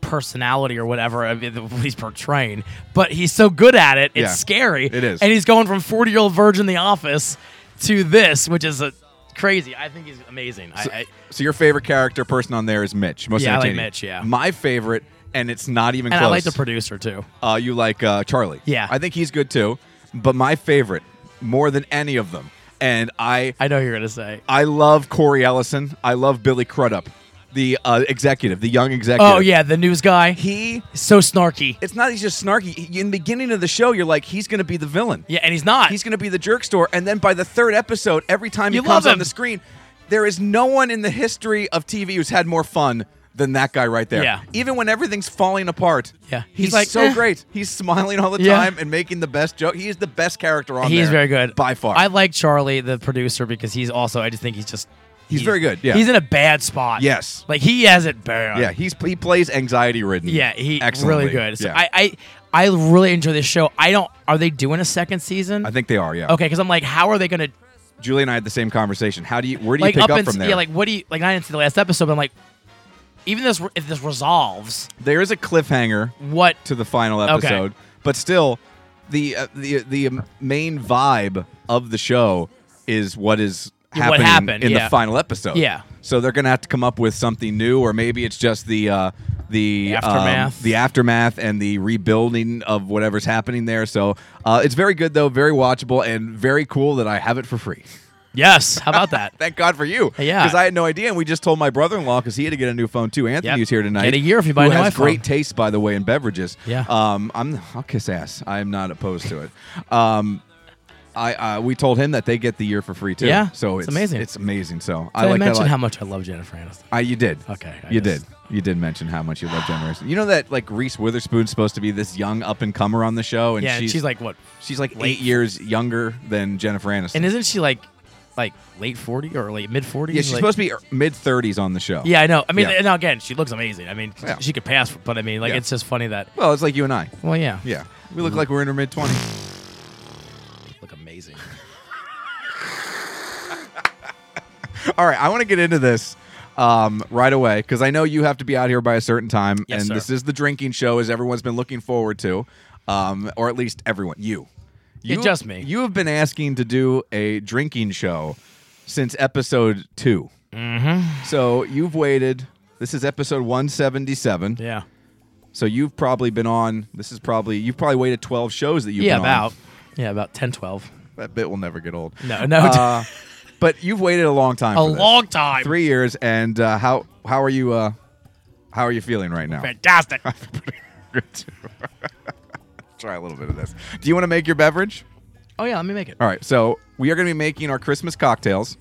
B: personality or whatever I mean, what he's portraying, but he's so good at it. It's
A: Yeah.
B: scary.
A: It is.
B: And he's going from forty-year-old virgin The Office to this, which is a crazy. I think he's amazing. I, I,
A: So your favorite character person on there is Mitch. Most
B: Yeah, I like
A: entertaining.
B: Mitch, yeah.
A: My favorite, and it's not even
B: and
A: close.
B: I like the producer too.
A: Uh, you like uh, Charlie.
B: Yeah.
A: I think he's good too. But my favorite, more than any of them, and I
B: I know what you're gonna say.
A: I love Corey Ellison. I love Billy Crudup, the uh, executive, the young executive.
B: Oh yeah, the news guy.
A: He.
B: so snarky.
A: It's not he's just snarky. He- In the beginning of the show, you're like, he's going to be the villain.
B: Yeah, and he's not.
A: He's going to be the jerk store. And then by the third episode, every time
B: You
A: he comes
B: love
A: on
B: him.
A: the screen, there is no one in the history of TV who's had more fun than that guy right there.
B: Yeah.
A: Even when everything's falling apart.
B: Yeah.
A: He's,
B: He's like,
A: so
B: eh.
A: great. He's smiling all the
B: Yeah.
A: time and making the best joke. He is the best character on
B: He is
A: there
B: very good
A: By far.
B: I like Charlie, the producer, because he's also. I just think he's just.
A: He's very good, yeah.
B: he's in a bad spot.
A: Yes.
B: like he has it bad.
A: yeah, he's he plays anxiety ridden.
B: yeah, he
A: excellently.
B: really good. So
A: yeah.
B: I, I, I really enjoy this show. I don't. Are they doing a second season?
A: I think they are. Yeah.
B: Okay, because I'm like, how are they gonna
A: Julie and I had the same conversation. How do you? Where do you
B: like
A: pick up,
B: and
A: from there?
B: yeah? Like, what do you like? I didn't see the last episode, but I'm like, even this if this resolves,
A: there is a cliffhanger
B: what?
A: to the final
B: Okay.
A: episode, but still, the uh, the the um, main vibe of the show is what is
B: Yeah, what
A: happening
B: happened,
A: in the
B: yeah.
A: final episode.
B: Yeah.
A: So they're gonna have to come up with something new, or maybe it's just the uh, the um,
B: Aftermath.
A: the aftermath, and the rebuilding of whatever's happening there. So uh, it's very good though, very watchable, and very cool that I have it for free.
B: Yes, how about that?
A: Thank God for you.
B: Yeah.
A: Because I had no idea, and we just told my brother-in-law because he had to get a new phone too. Anthony
B: Yep.
A: was here tonight.
B: Get a year if you buy
A: who
B: an
A: has
B: iPhone.
A: great taste, by the way, in beverages.
B: Yeah.
A: Um, I'm I'll kiss ass. I'm not opposed to it. Um, I uh, we told him that they get the year for free too.
B: Yeah,
A: So
B: it's
A: it's
B: amazing.
A: It's amazing. So
B: Did
A: I
B: I,
A: like that. a
B: mention
A: lot.
B: how much I love Jennifer Aniston?
A: I, you did.
B: Okay, I
A: you
B: guess.
A: did. You did mention how much you love Jennifer. Aniston. You know that like Reese Witherspoon's supposed to be this young up and comer on the show, and
B: yeah, and
A: she's,
B: she's like what?
A: she's like
B: late-
A: eight years younger than Jennifer Aniston.
B: And isn't she like like late forty or late mid forties?
A: yeah, she's supposed to be mid thirties on the show.
B: Yeah, I know. I mean,
A: Yeah.
B: now again, she looks amazing. I mean,
A: Yeah.
B: she could pass, but I mean, like,
A: Yeah.
B: it's just funny that.
A: Well, it's like you and I.
B: Well, yeah,
A: Yeah. We
B: Mm-hmm.
A: look like we're in our mid 20s.
B: look amazing.
A: All right. I want to get into this um, right away because I know you have to be out here by a certain time.
B: Yes,
A: and
B: sir.
A: this is the drinking show, as everyone's been looking forward to, um, or at least everyone. You.
B: Yeah,
A: you.
B: just me.
A: You have been asking to do a drinking show since episode 2 Mm-hmm. So you've waited. This is episode 177.
B: Yeah,
A: So you've probably been on. This is probably. You've probably waited 12 shows that you've
B: yeah,
A: been on.
B: about yeah, about 10, 12.
A: That bit will never get old.
B: No, no,
A: Uh, but you've waited a long time.
B: a
A: for this.
B: long time.
A: three years. And uh, how how are you? Uh, how are you feeling right now?
B: fantastic.
A: Good too. Try a little bit of this. Do you want to make your beverage?
B: oh yeah, let me make it.
A: All right. So we are going to be making our Christmas cocktails,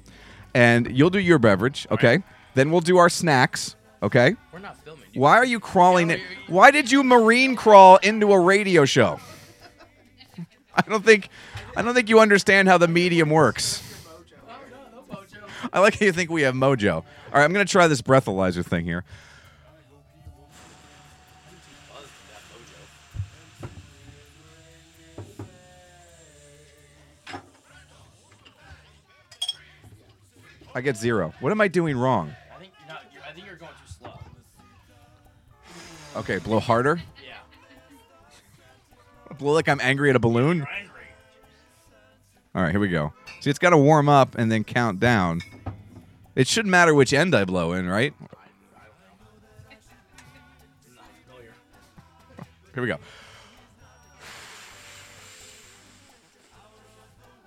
A: and you'll do your beverage, okay? Then we'll do our snacks, okay?
B: We're not filming. You-
A: Why are you crawling? in? Why did you marine crawl into a radio show? I don't think, I don't think you understand how the medium works. I like how you think we have mojo. All right, I'm gonna try this breathalyzer thing here. I get zero. What am I doing wrong?
B: I think you're not, you're, I think you're going too slow.
A: Okay, blow harder.
B: Yeah,
A: Blow like I'm angry at a balloon.
B: angry.
A: All right, here we go. See, it's got to warm up and then count down. It shouldn't matter which end I blow in, right? Here we go.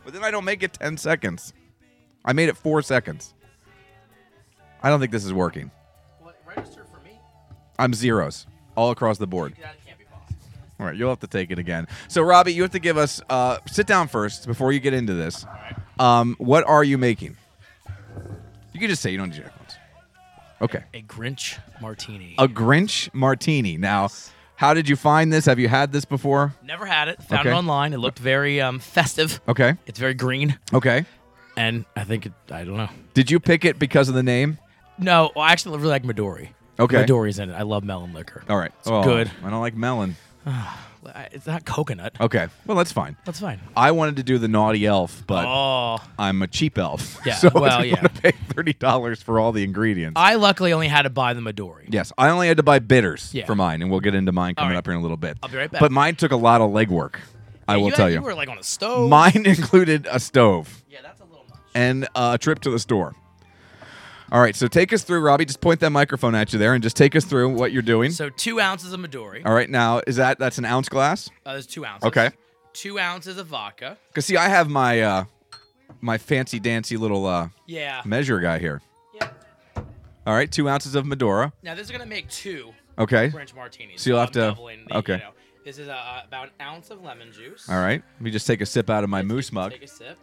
A: But then I don't make it 10 seconds. I made it four seconds. I don't think this is working. I'm zeros all across the board. All right, you'll have to take it again. So, Robbie, you have to give us. Uh, sit down first before you get into this. Um, what are you making? You can just say you don't need your headphones. Okay,
B: A Grinch martini.
A: a Grinch martini. Now, how did you find this? Have you had this before?
B: Never had it. Found it
A: Okay.
B: online. It looked very um, festive.
A: Okay,
B: It's very green,
A: okay.
B: and I think it, I don't know.
A: Did you pick it because of the name?
B: No, well, I actually really like Midori.
A: Okay.
B: Midori's in it. I love melon liquor.
A: All right, Oh,
B: It's good.
A: I don't like melon.
B: Well, I- It's not coconut.
A: Okay, well that's fine.
B: That's fine.
A: I wanted to do the naughty elf, but
B: Oh,
A: I'm a cheap elf.
B: Yeah,
A: so
B: well,
A: I didn't
B: yeah.
A: want to pay thirty dollars for all the ingredients.
B: I luckily only had to buy the Midori.
A: Yes, I only had to buy bitters
B: Yeah.
A: for mine, and we'll get into mine coming
B: right.
A: up here in a little bit.
B: I'll be right back.
A: But mine took a lot of legwork. I
B: Yeah,
A: will
B: had-
A: tell
B: You
A: you.
B: were like on a stove.
A: Mine included a stove
B: Yeah, that's a little much.
A: and a trip to the store. All right, so take us through, Robbie. Just point that microphone at you there, and just take us through what you're doing.
B: So two ounces of Midori.
A: All right, now is that that's an ounce glass?
B: Uh, there's two ounces.
A: Okay.
B: Two ounces of vodka.
A: Cause see, I have my uh, my fancy dancy little uh,
B: Yeah.
A: measure guy here.
B: Yeah.
A: All right, two ounces of Medora.
B: Now this is gonna make two
A: Okay.
B: French martinis.
A: So you'll have
B: I'm
A: to-
B: doubling the,
A: okay.
B: you know. this is uh, about an ounce of lemon juice.
A: All right. Let me just take a sip out of my moose mug.
B: Take a sip.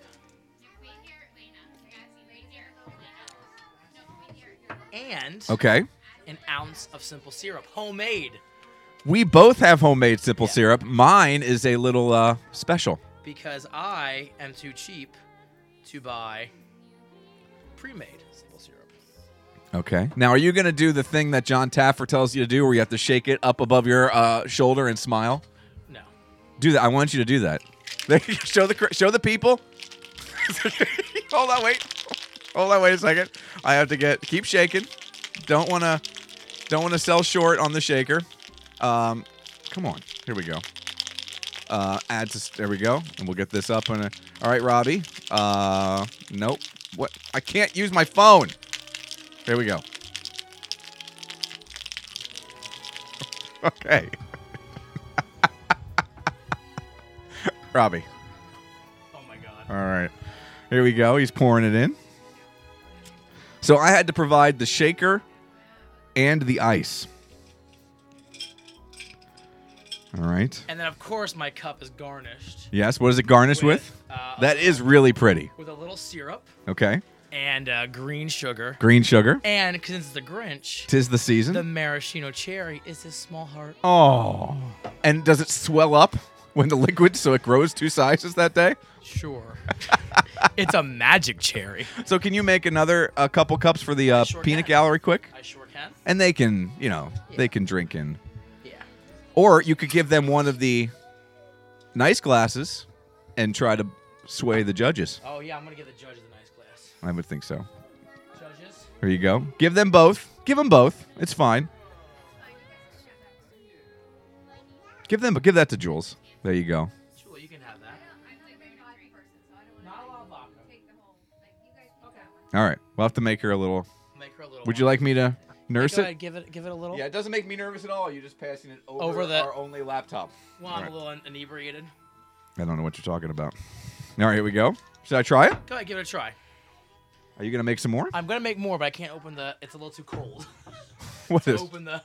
C: Wait here, Lena. I gotta see right here. Lena. No, wait here.
B: And
A: Okay.
B: an ounce of simple syrup, homemade,
A: We both have homemade simple syrup. Mine is a little uh, special.
B: because I am too cheap to buy pre-made simple syrup.
A: Okay. Now, are you going to do the thing that John Taffer tells you to do, where you have to shake it up above your uh, shoulder and smile?
B: No.
A: Do that. I want you to do that. There you go. show the cr- show the people. Hold on, wait. Hold on, wait a second. I have to get keep shaking. Don't want to don't want to sell short on the shaker. Um, come on. Here we go. Uh, add to, there we go, and we'll get this up on a. All right, Robbie. Uh, nope. What? I can't use my phone. Here we go. Okay. Robbie.
B: Oh my god.
A: All right. Here we go. He's pouring it in. So I had to provide the shaker and the ice. All right.
B: And then of course my cup is garnished
A: Yes. What is it garnished with?
B: With, uh,
A: that is really pretty.
B: with a little syrup
A: Okay.
B: and uh, green sugar.
A: Green sugar.
B: And since it's the Grinch,
A: Tis the season.
B: the maraschino cherry is his small heart.
A: oh. And does it swell up when the liquid so it grows two sizes that day?
B: Sure. it's a magic cherry.
A: So can you make another a couple cups for the uh,
B: sure
A: peanut
B: can.
A: gallery quick?
B: I sure can.
A: And they can, you know, they can drink in
B: Yeah.
A: Or you could give them one of the nice glasses and try to sway the judges.
B: Oh yeah, I'm gonna give the judges a nice glass.
A: I would think so.
B: Judges.
A: Here you go. Give them both. Give them both. It's fine. Give them. Give that to Jules. There you go.
B: Chula, you can have that.
C: I'm like very hungry person, so I don't want
B: Not a lot of vodka.
C: to take the whole. Like, you guys can have one.
A: All right. We'll have to make her a little.
B: Make her a little.
A: Would you like me to nurse
B: Go ahead,
A: it?
B: give it, give it a little.
A: it doesn't make me nervous at all. You're just passing it over,
B: Oh. Over the- our
A: only laptop.
B: Well, I'm
A: Alright.
B: a little in- inebriated.
A: I don't know what you're talking about. All right, here we go. Should I try it?
B: Go ahead, give it a try.
A: Are you gonna make some more?
B: I'm gonna make more, but I can't open the. It's a little too cold.
A: What is?
B: open the.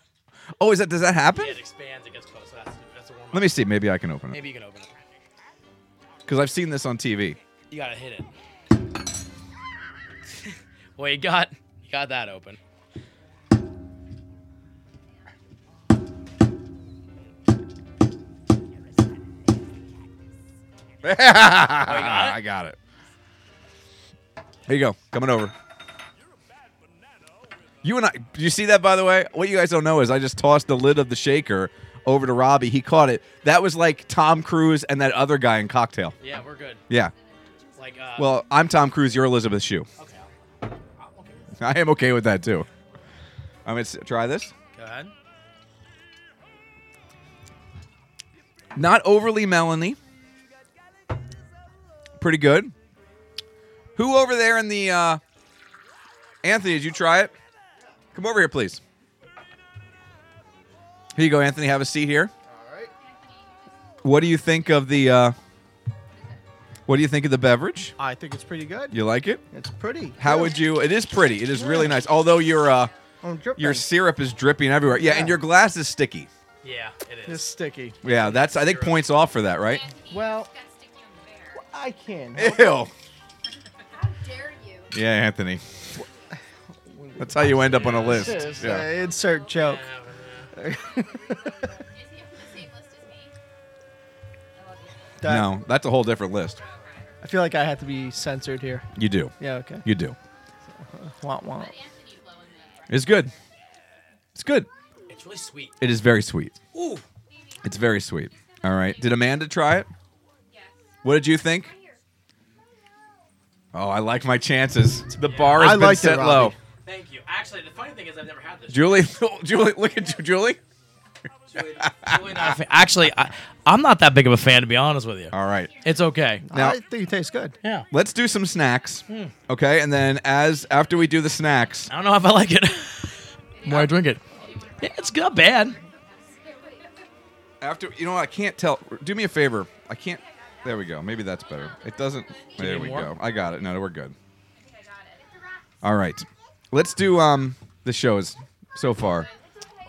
A: Oh, is that? Does that happen?
B: Yeah, it expands. It gets cold. So that's that's a warm.
A: Let me see. Maybe I can open it
B: Maybe you can open it.
A: because I've seen this on TV.
B: You gotta hit it. well, you got you got that open.
A: Ah, I got it. Here you go. Coming over. You and I. do You see that, by the way? What you guys don't know is I just tossed the lid of the shaker over to Robbie. He caught it. That was like Tom Cruise and that other guy in Cocktail.
B: Yeah, we're good.
A: Yeah.
B: Like uh.
A: Well, I'm Tom Cruise. You're Elizabeth Shue.
B: Okay. I'll- okay.
A: I am okay with that too. I'm gonna s- try this.
B: Go ahead.
A: Not overly melony, Pretty good. Who over there in the uh Anthony, did you try it? Come over here, please. Here you go, Anthony. Have a seat here. What do you think of the uh What do you think of the beverage?
K: I think it's pretty good.
A: You like it?
K: It's pretty.
A: How would you It is pretty. It is really nice. Although your uh
K: I'm dripping.
A: your syrup is dripping everywhere. Yeah, and your glass is sticky.
B: Yeah, it
K: is. It's sticky.
A: Yeah, that's I think points off for that, right?
K: Well, I can.
A: Ew. Yeah, Anthony. That's how you end up on a list.
K: This is, uh,
A: Yeah.
K: insert joke. That-
A: No, that's a whole different list.
K: I feel like I have to be censored here.
A: You do.
K: Yeah, okay.
A: You do.
K: Wah, wah.
A: It's good. It's good.
B: It's really sweet.
A: It is very sweet.
B: Ooh.
A: It's very sweet. All right. Did Amanda try it? What did you think? Oh, I like my chances. The bar has
K: I
A: been
K: liked it,
A: set
K: Robbie.
A: low.
B: Thank you. Actually, the funny thing is I've never had this.
A: Julie, Julie, look at you, Julie.
B: Actually, I, I'm not that big of a fan to be honest with you.
A: All right.
B: It's okay.
A: Now-
K: I think it tastes good.
B: Yeah.
A: Let's do some snacks.
K: Hmm.
A: Okay, and then as after we do the snacks,
B: I don't know if I like it. More I drink it. Yeah, it's not bad.
A: after you know what, I can't tell. Do me a favor. I can't. There we go. Maybe that's better. It doesn't.
B: you
A: There
B: need
A: we
B: more?
A: go. I got it. No, we're good. All right. Let's do um the shows so far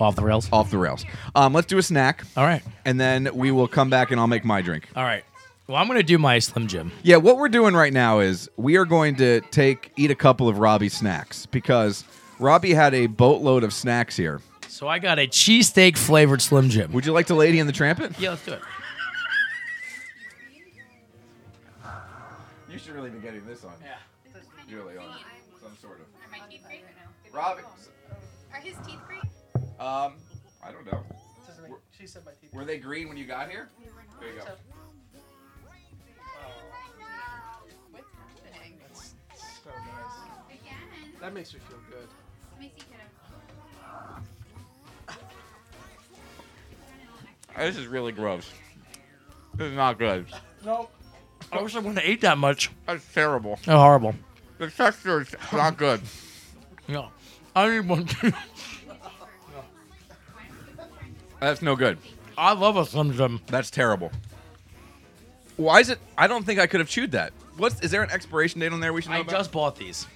B: Off the rails.
A: off the rails. Um, let's do a snack,
B: All right.
A: and then we will come back and I'll make my drink.
B: All right. Well, I'm gonna do my Slim Jim.
A: Yeah, what we're doing right now is we are going to take eat a couple of Robbie's snacks because Robbie had a boatload of snacks here.
B: So I got a cheesesteak flavored Slim Jim.
A: Would you like to Lady in the Trampet?
B: Yeah, let's do it.
A: You should really be getting this on. Really on some sort of. Robbie,
C: Are his teeth green?
A: um, I don't know.
K: She said my teeth.
A: Were they green when you got here? There you go.
K: So nice. That makes me feel good.
A: Oh, This is really gross. This is not good.
K: No,
B: I wish I wouldn't have ate that much.
A: That's terrible.
B: Oh, horrible.
A: The texture is not good.
B: Yeah. I need one. too.
A: That's no good.
B: I love a Slim Jim.
A: That's terrible. Why is it? I don't think I could have chewed that. What's is there an expiration date on there we should know
B: I
A: about?
B: just bought these.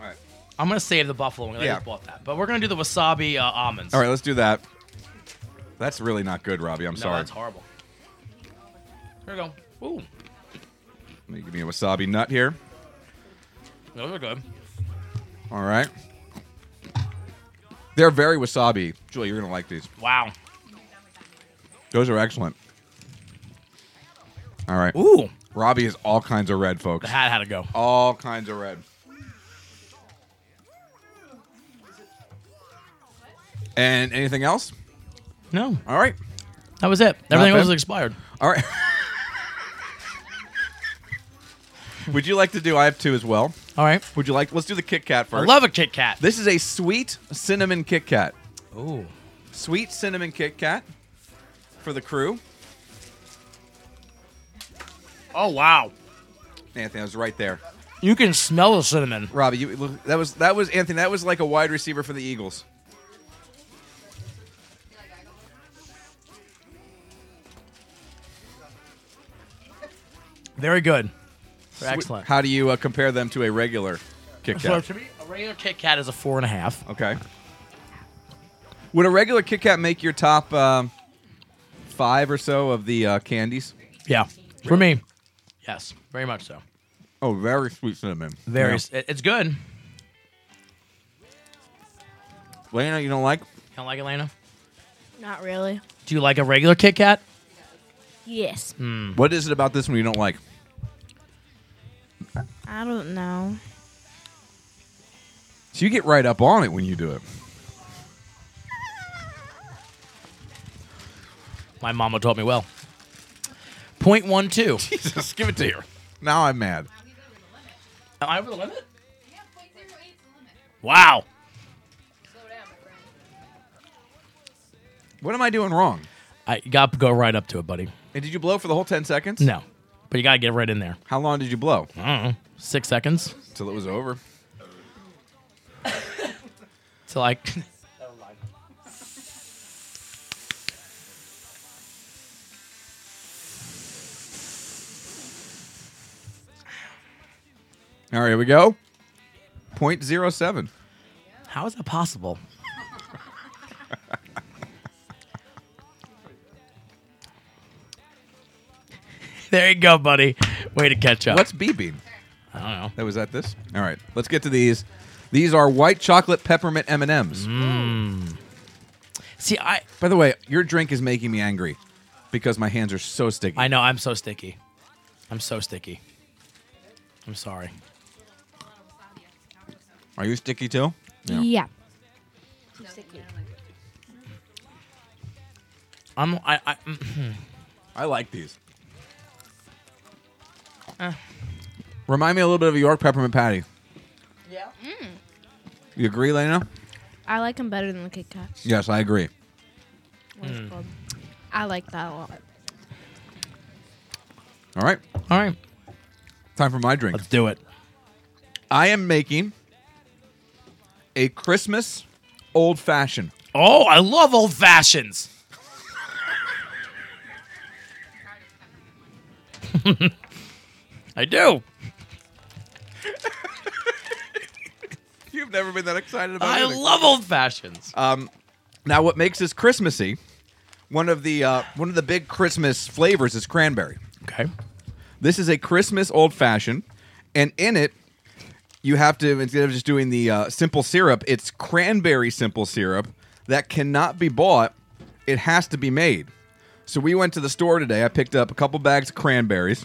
A: all right.
B: I'm gonna save the buffalo because
A: Yeah.
B: I just bought that. But we're gonna do the wasabi uh, almonds.
A: All right, let's do that. That's really not good, Robbie. I'm
B: No,
A: sorry.
B: that's horrible. Here we go. Ooh,
A: Let me give me a wasabi nut here.
B: those are good.
A: All right. They're very wasabi. Julie, you're gonna like these.
B: Wow.
A: Those are excellent. All right.
B: Ooh,
A: Robbie is all kinds of red, folks.
B: the hat had to go.
A: All kinds of red. And anything else?
B: No,
A: All right.
B: that was it. Everything
A: bad.
B: else was expired.
A: All right. Would you like to do? I have two as well.
B: All right.
A: Would you like? Let's do the Kit Kat
B: I
A: first.
B: love a Kit Kat.
A: This is a sweet cinnamon Kit Kat.
B: Ooh.
A: Sweet cinnamon Kit Kat for the crew.
B: Oh wow.
A: Anthony, I was right there.
B: You can smell the cinnamon.
A: Robbie, you look, that was that was Anthony. That was like a wide receiver for the Eagles.
B: Very good.
A: Swe-
B: Excellent.
A: How do you uh, compare them to a regular Kit
B: So
A: Kat?
B: to me, a regular Kit Kat is a four and a half.
A: Okay. Would a regular Kit Kat make your top um, five or so of the uh, candies?
B: Yeah. For me. Yes. Very much so.
A: Oh, very sweet cinnamon.
B: Very.
A: Yeah.
B: s- it- It's good.
A: Lena, you don't like?
B: Kind of like Elena.
I: Not really.
B: Do you like a regular Kit Kat?
I: Yes.
B: Hmm. Mm.
A: What is it about this one you don't like?
I: I don't know.
A: So you get right up on it when you do it.
B: My mama taught me well. Point one two.
A: Jesus, give it to you. Now I'm mad.
B: Am I over the limit? Wow.
A: What am I doing wrong?
B: I you got to go right up to it, buddy.
A: And did you blow for the whole 10 seconds?
B: No. but you gotta get right in there.
A: How long did you blow?
B: I don't know, six seconds
A: till it was over.
B: Till I.
A: All right, here we go. 0.07.
B: How is that possible? there you go, buddy. Way to catch up.
A: What's BB?
B: I don't know.
A: That was at this. All right, let's get to these. These are white chocolate peppermint M and M's.
B: See, I.
A: By the way, your drink is making me angry because my hands are so sticky.
B: I know. I'm so sticky. I'm so sticky. I'm sorry.
A: Are you sticky too?
B: I'm. I. mm, I
A: I like these.
B: Eh.
A: Remind me a little bit of a York peppermint patty. Mm.
B: yeah.
A: You agree, Lena?
I: I like them better than the Kit Kat.
A: Yes, I agree.
I: What it's
B: Mm.
I: called. I like that a lot.
A: All right,
B: All right.
A: time for my drink.
B: Let's do it.
A: I am making a Christmas old fashioned.
B: Oh, I love old fashions. I do.
A: You've never been that excited about
B: I
A: anything.
B: love old fashions.
A: Um, now, what makes this Christmassy? One of the uh, one of the big Christmas flavors is cranberry.
B: Okay.
A: This is a Christmas old fashioned, and in it, you have to instead of just doing the uh, simple syrup, it's cranberry simple syrup that cannot be bought. It has to be made. So we went to the store today. I picked up a couple bags of cranberries,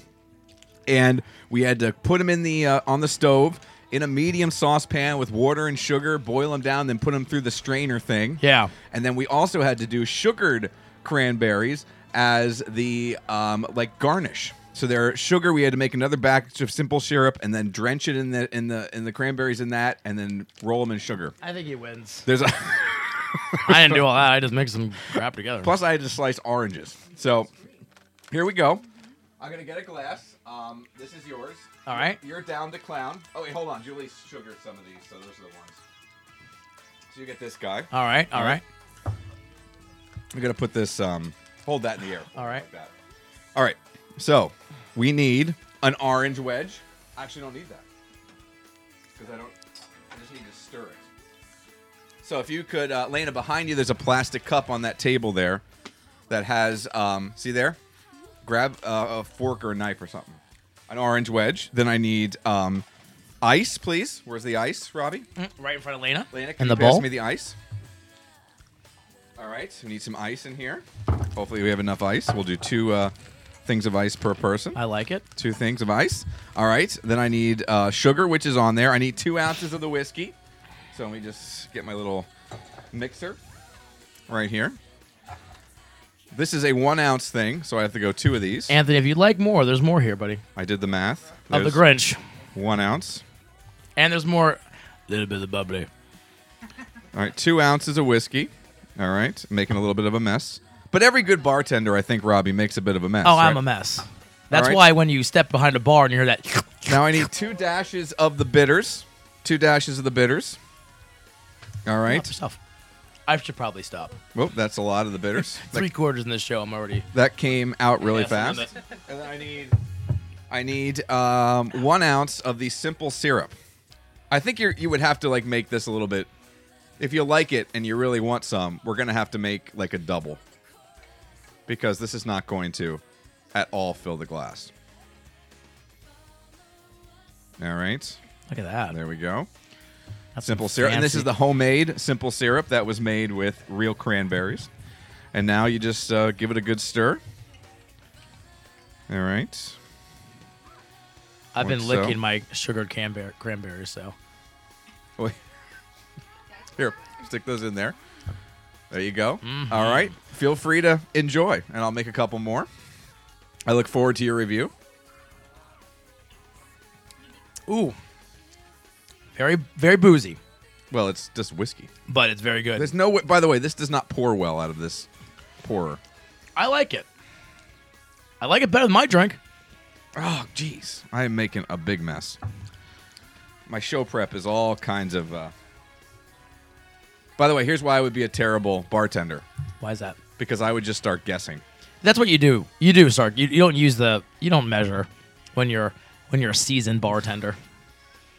A: and we had to put them in the uh, on the stove in a medium saucepan with water and sugar, boil them down, then put them through the strainer thing.
B: Yeah.
A: And then we also had to do sugared cranberries as the um, like garnish. So they're sugar. We had to make another batch of simple syrup and then drench it in the in the in the cranberries in that, and then roll them in sugar.
B: I think he wins.
A: There's a
B: I didn't do all that. I just mixed some crap together.
A: plus I had to slice oranges. So here we go. I'm gonna get a glass. Um, this is yours.
B: All right.
A: You're down to clown. Oh wait, hold on. Julie sugared some of these, so those are the ones. So you get this guy.
B: All right. All right.
A: I'm gonna put this. Um, hold that in the air.
B: All right.
A: Like that. All right. So we need an orange wedge. I actually don't need that because I don't. I just need to stir it. So if you could, uh, Lena, behind you, there's a plastic cup on that table there that has. Um, see there? Grab uh, a fork or a knife or something. An orange wedge. Then I need um, ice, please. Where's the ice, Robbie?
B: Right in front of Lena.
A: Lena, can
B: And
A: you
B: the
A: pass
B: bowl?
A: me the ice? All right, we need some ice in here. Hopefully, we have enough ice. We'll do two uh, things of ice per person.
B: I like it.
A: Two things of ice. All right, then I need uh, sugar, which is on there. I need two ounces of the whiskey. So let me just get my little mixer right here. This is a one ounce thing, so I have to go two of these.
B: Anthony, if you'd like more, there's more here, buddy.
A: I did the math.
B: Of the
A: There's
B: Grinch.
A: One ounce.
B: And there's more. A little bit of bubbly.
A: All right, two ounces of whiskey. All right, making a little bit of a mess. But every good bartender, I think, Robbie, makes a bit of a mess.
B: Oh,
A: right?
B: I'm a mess. That's
A: right.
B: why when you step behind a bar and you hear that,
A: Now I need two dashes of the bitters. Two dashes of the bitters. All
B: Stop
A: right.
B: yourself. I should probably stop.
A: Well, that's a lot of the bitters.
B: Three
A: That,
B: quarters in this show, I'm already
A: that came out really
B: Yes,
A: fast.
B: limit.
A: And then I need, I need um, one ounce of the simple syrup. I think you you would have to like make this a little bit. If you like it and you really want some, we're gonna have to make like a double. Because this is not going to, at all, fill the glass. All right,
B: Look at that.
A: there we go.
B: That's
A: simple syrup. And this
B: fancy.
A: is the homemade simple syrup that was made with real cranberries. And now you just uh, give it a good stir. All right.
B: I've been
A: so.
B: licking my sugared canber- cranberries, so
A: Wait. Here, stick those in there. There you go. All right. Feel free to enjoy, and I'll make a couple more. I look forward to your review.
B: ooh, very very boozy,
A: Well, it's just whiskey.
B: but it's very good.
A: There's no. wi- By the way, this does not pour well out of this pourer.
B: I like it. I like it better than my drink.
A: Oh, jeez. I am making a big mess. My show prep is all kinds of. Uh... By the way, here's why I would be a terrible bartender.
B: Why is that?
A: Because I would just start guessing.
B: That's what you do. You do, Sark. You, you don't use the. You don't measure when you're when you're a seasoned bartender.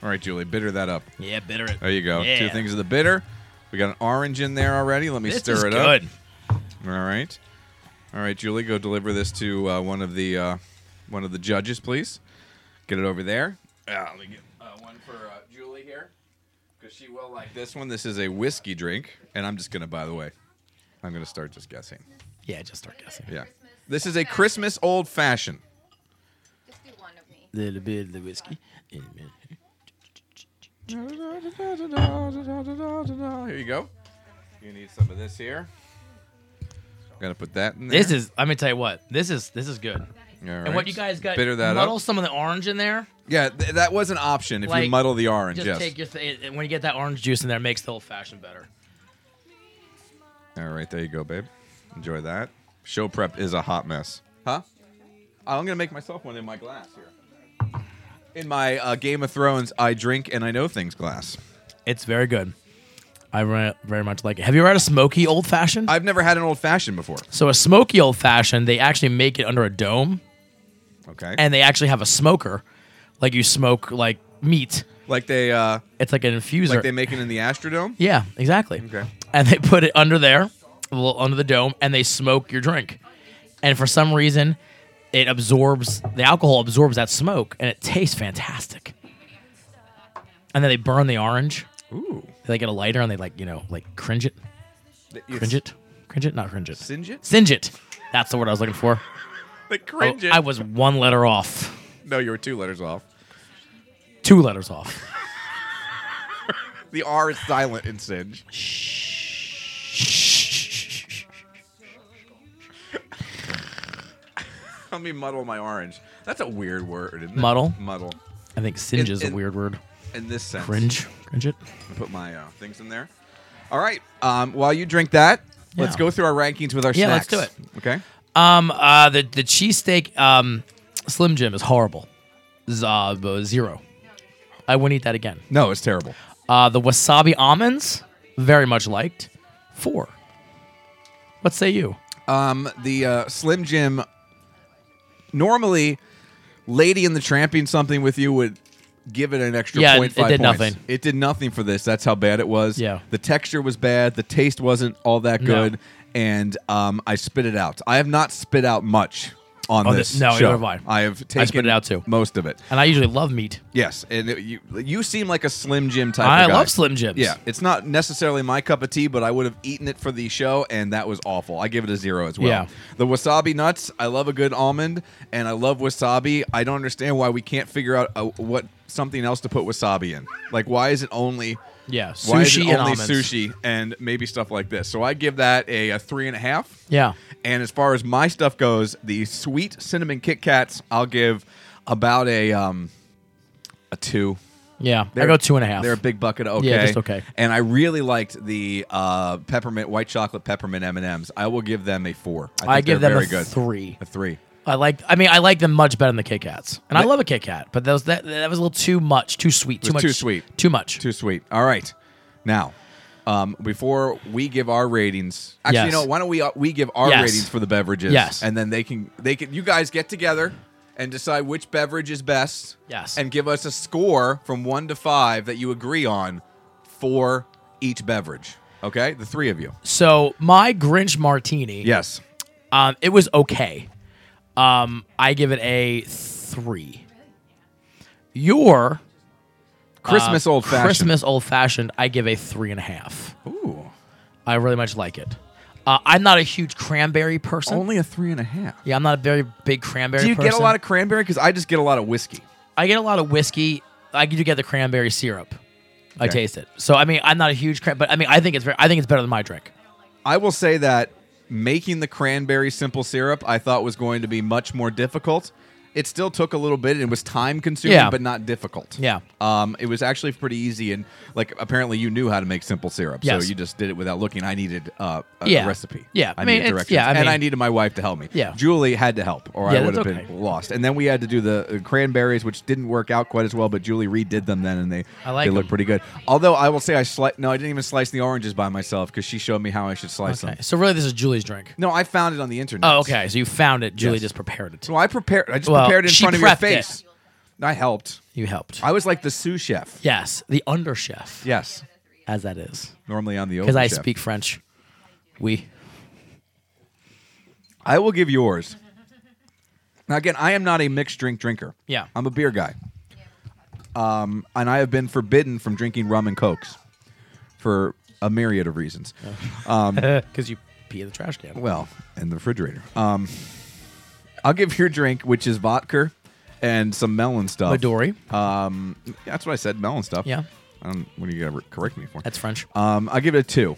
A: All right, Julie, bitter that up.
B: Yeah, bitter it.
A: There you go.
B: Yeah.
A: Two things of the bitter. We got an orange in there already. Let me
B: This
A: stir
B: is
A: it
B: good.
A: up. All right. All right, Julie, go deliver this to uh, one of the uh, one of the judges, please. Get it over there. Uh, let me get uh, one for uh, Julie here because she will like this one. This is a whiskey drink, and I'm just gonna. By the way, I'm gonna start just guessing.
B: Yeah, just start guessing.
A: Yeah. This is a Christmas old fashioned.
B: Little bit of the whiskey.
A: Here you go. You need some of this here. Gotta put that in there.
B: This is. Let me tell you what. This is. This is good. And what you guys got?
A: Bitter that
B: muddle
A: up.
B: some of the orange in there.
A: Yeah, th- that was an option if you
B: Like,
A: muddle the orange.
B: Just
A: yes.
B: take your th- and when you get that orange juice in there, it makes the old fashioned better.
A: All right, there you go, babe. Enjoy that. Show prep is a hot mess, huh? I'm gonna make myself one in my glass here. In my uh, Game of Thrones, I drink and I know things glass.
B: It's very good. I re- very much like it. Have you ever had a smoky old fashioned?
A: I've never had an old fashioned before.
B: So a smoky old fashioned, they actually make it under a dome,
A: Okay.
B: and they actually have a smoker, like you smoke like meat.
A: like they, uh,
B: It's like an infuser.
A: like they make it in the Astrodome.
B: yeah, exactly.
A: Okay.
B: and they put it under there, a little under the dome, and they smoke your drink. And for some reason, it absorbs the alcohol absorbs that smoke, and it tastes fantastic. And then they burn the orange.
A: Ooh.
B: They get a lighter and they like you know like cringe it,
A: You
B: cringe it, cringe it, not cringe it,
A: Singe it?
B: singe it. That's the word I was looking for.
A: They cringe
B: Oh,
A: it.
B: I was one letter off,
A: No, you were two letters off.
B: two letters off.
A: The R is silent in Singe. Let me muddle my orange. That's a weird word. Isn't it?
B: Muddle?
A: Muddle.
B: I think singe
A: In-
B: is a
A: in-
B: weird word.
A: In this sense.
B: Cringe, cringe it.
A: I put my uh, things in there. All right. Um, while you drink that, let's
B: Yeah.
A: go through our rankings with our
B: Yeah, let's
A: snacks.
B: do
A: it. Okay.
B: Um, uh, the the cheesesteak um, Slim Jim is horrible. Z- uh, b- zero. I wouldn't eat that again.
A: No, it's terrible.
B: Uh, the wasabi almonds, very much liked. Four. What say you?
A: Um, the uh, Slim Jim. Normally, Lady in the Tramping something with you would give it an extra
B: Yeah, it-
A: point
B: it
A: five
B: did
A: points.
B: nothing.
A: It did nothing for this. That's how bad it was.
B: Yeah.
A: The texture was bad. The taste wasn't all that
B: No.
A: good. And um, I spit it out. I have not spit out much on
B: Oh,
A: this.
B: th- no, neither
A: show.
B: have I.
A: I have taken
B: I spit it out too.
A: most of it.
B: And I usually love meat.
A: Yes, and it, you you seem like a Slim Jim type.
B: I
A: of guy.
B: love Slim Jims.
A: Yeah, it's not necessarily my cup of tea, but I would have eaten it for the show, and that was awful. I give it a zero as well.
B: Yeah.
A: The wasabi nuts. I love a good almond, and I love wasabi. I don't understand why we can't figure out uh what something else to put wasabi in. Like, why is it only?
B: Yeah,
A: Why is it
B: sushi
A: only
B: and almonds.
A: sushi and maybe stuff like this? So I give that a, a three and a half.
B: Yeah.
A: And as far as my stuff goes, the sweet cinnamon Kit Kats, I'll give about a um a two.
B: Yeah. I go two and a half.
A: They're a big bucket of okay.
B: Yeah, just okay.
A: And I really liked the uh, peppermint white chocolate peppermint M and M's. I will give them a four. I, think
B: I give
A: they're
B: them a
A: very good.
B: three.
A: A three.
B: I like. I mean, I like them much better than the Kit Kats, and I love a Kit Kat, but that was that, that was a little too much, too sweet, too
A: was
B: much,
A: too sweet.
B: too much.
A: Too sweet. All right. Now, um, before we give our ratings, actually,
B: Yes.
A: no. Why don't we uh, we give our
B: Yes.
A: ratings for the beverages?
B: Yes.
A: And then they can they can you guys get together and decide which beverage is best.
B: Yes.
A: And give us a score from one to five that you agree on for each beverage. Okay, the three of you.
B: So my Grinch Martini.
A: Yes.
B: Um, it was okay. Um, I give it a three. Your
A: Christmas old fashioned.
B: Uh, Christmas old fashioned, I give a three and a half.
A: Ooh.
B: I really much like it. Uh, I'm not a huge cranberry person.
A: Only a three and a half.
B: yeah, I'm not a very big cranberry.
A: Do you get a
B: person.
A: lot of cranberry? Because I just get a lot of whiskey.
B: I get a lot of whiskey. I do get the cranberry syrup. I
A: Okay.
B: taste it. So I mean, I'm not a huge cran, but I mean, I think it's very, I think it's better than my drink.
A: I will say that making the cranberry simple syrup I thought was going to be much more difficult, It still took a little bit and it was time consuming,
B: Yeah.
A: but not difficult.
B: Yeah.
A: Um, it was actually pretty easy. And like, apparently, you knew how to make simple syrup.
B: Yes.
A: So you just did it without looking. I needed uh, a
B: Yeah.
A: recipe.
B: Yeah.
A: I,
B: I mean,
A: needed
B: it's-
A: directions.
B: yeah, I
A: and
B: mean-
A: I needed my wife to help me.
B: Yeah.
A: Julie had to help or
B: Yeah,
A: I would have
B: that's
A: been lost. And then we had to do the uh, cranberries, which didn't work out quite as well, but Julie redid them then and they,
B: I like
A: they look
B: 'em.
A: pretty good. Although I will say, I sli- no, I didn't even slice the oranges by myself because she showed me how I should slice them.
B: So really, this is Julie's drink.
A: No, I found it on the internet.
B: Oh, okay. So you found it. Julie
A: Yes.
B: just prepared it.
A: Well, I prepared. I just
B: Well,
A: prepared it in
B: she
A: front of your
B: prepped it.
A: face. I helped.
B: You helped.
A: I was like the sous chef.
B: Yes, the under chef,
A: Yes.
B: as that is,
A: Normally on the
B: because I
A: open chef.
B: speak French. We.
A: I will give yours. Now again, I am not a mixed drink drinker.
B: Yeah.
A: I'm a beer guy. Um, and I have been forbidden from drinking rum and cokes for a myriad of reasons. Um,
B: Because you pee in the trash can.
A: Well, in the refrigerator. Um, I'll give your drink, which is vodka and some melon stuff.
B: Midori.
A: Um, that's what I said, melon stuff.
B: Yeah.
A: Um, what are you gonna correct me for?
B: That's French.
A: Um, I give it a two.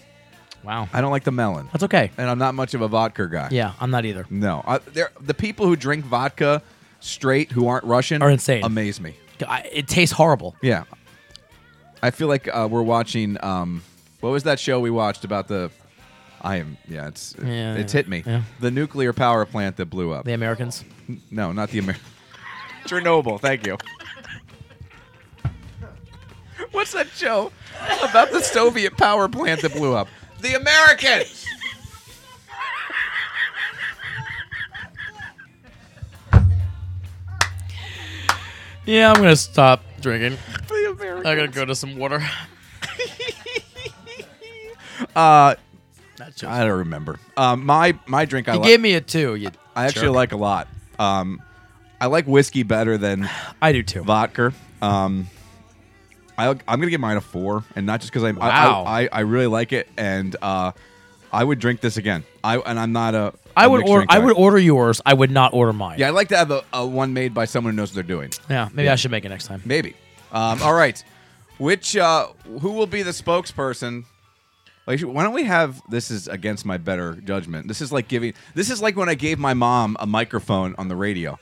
B: Wow.
A: I don't like the melon,
B: That's okay.
A: and I'm not much of a vodka guy.
B: Yeah, I'm not either.
A: No, I, there the people who drink vodka straight who aren't Russian
B: Are insane.
A: Amaze me.
B: I, it tastes horrible.
A: Yeah, I feel like uh, we're watching. Um, what was that show we watched about the? I am. Yeah, it's
B: Yeah,
A: it's hit me.
B: yeah.
A: The nuclear power plant that blew up.
B: The Americans.
A: No, not the American. Chernobyl. Thank you. What's that show about the Soviet power plant that blew up? The Americans.
B: Yeah, I'm gonna stop drinking.
A: The Americans.
B: I gotta go to some water.
A: Uh,
B: That
A: I don't remember. Um, my my drink. I
B: You
A: like.
B: gave me a two. You
A: I actually
B: jerk.
A: like a lot. Um, I like whiskey better than
B: I do too.
A: vodka. Um, I, I'm gonna give mine a four, and not just because I,
B: Wow.
A: I, I I really like it, and uh, I would drink this again. I and I'm not a.
B: I
A: a
B: would
A: mixed
B: order.
A: drink
B: I
A: guy.
B: would order yours. I would not order mine.
A: Yeah, I'd like to have a, a one made by someone who knows what they're doing.
B: Yeah. Maybe I should make it next time.
A: Maybe. Um, all right. Which uh, who will be the spokesperson? Like, Why don't we have this is against my better judgment. This is like giving this is like when I gave my mom a microphone on the radio.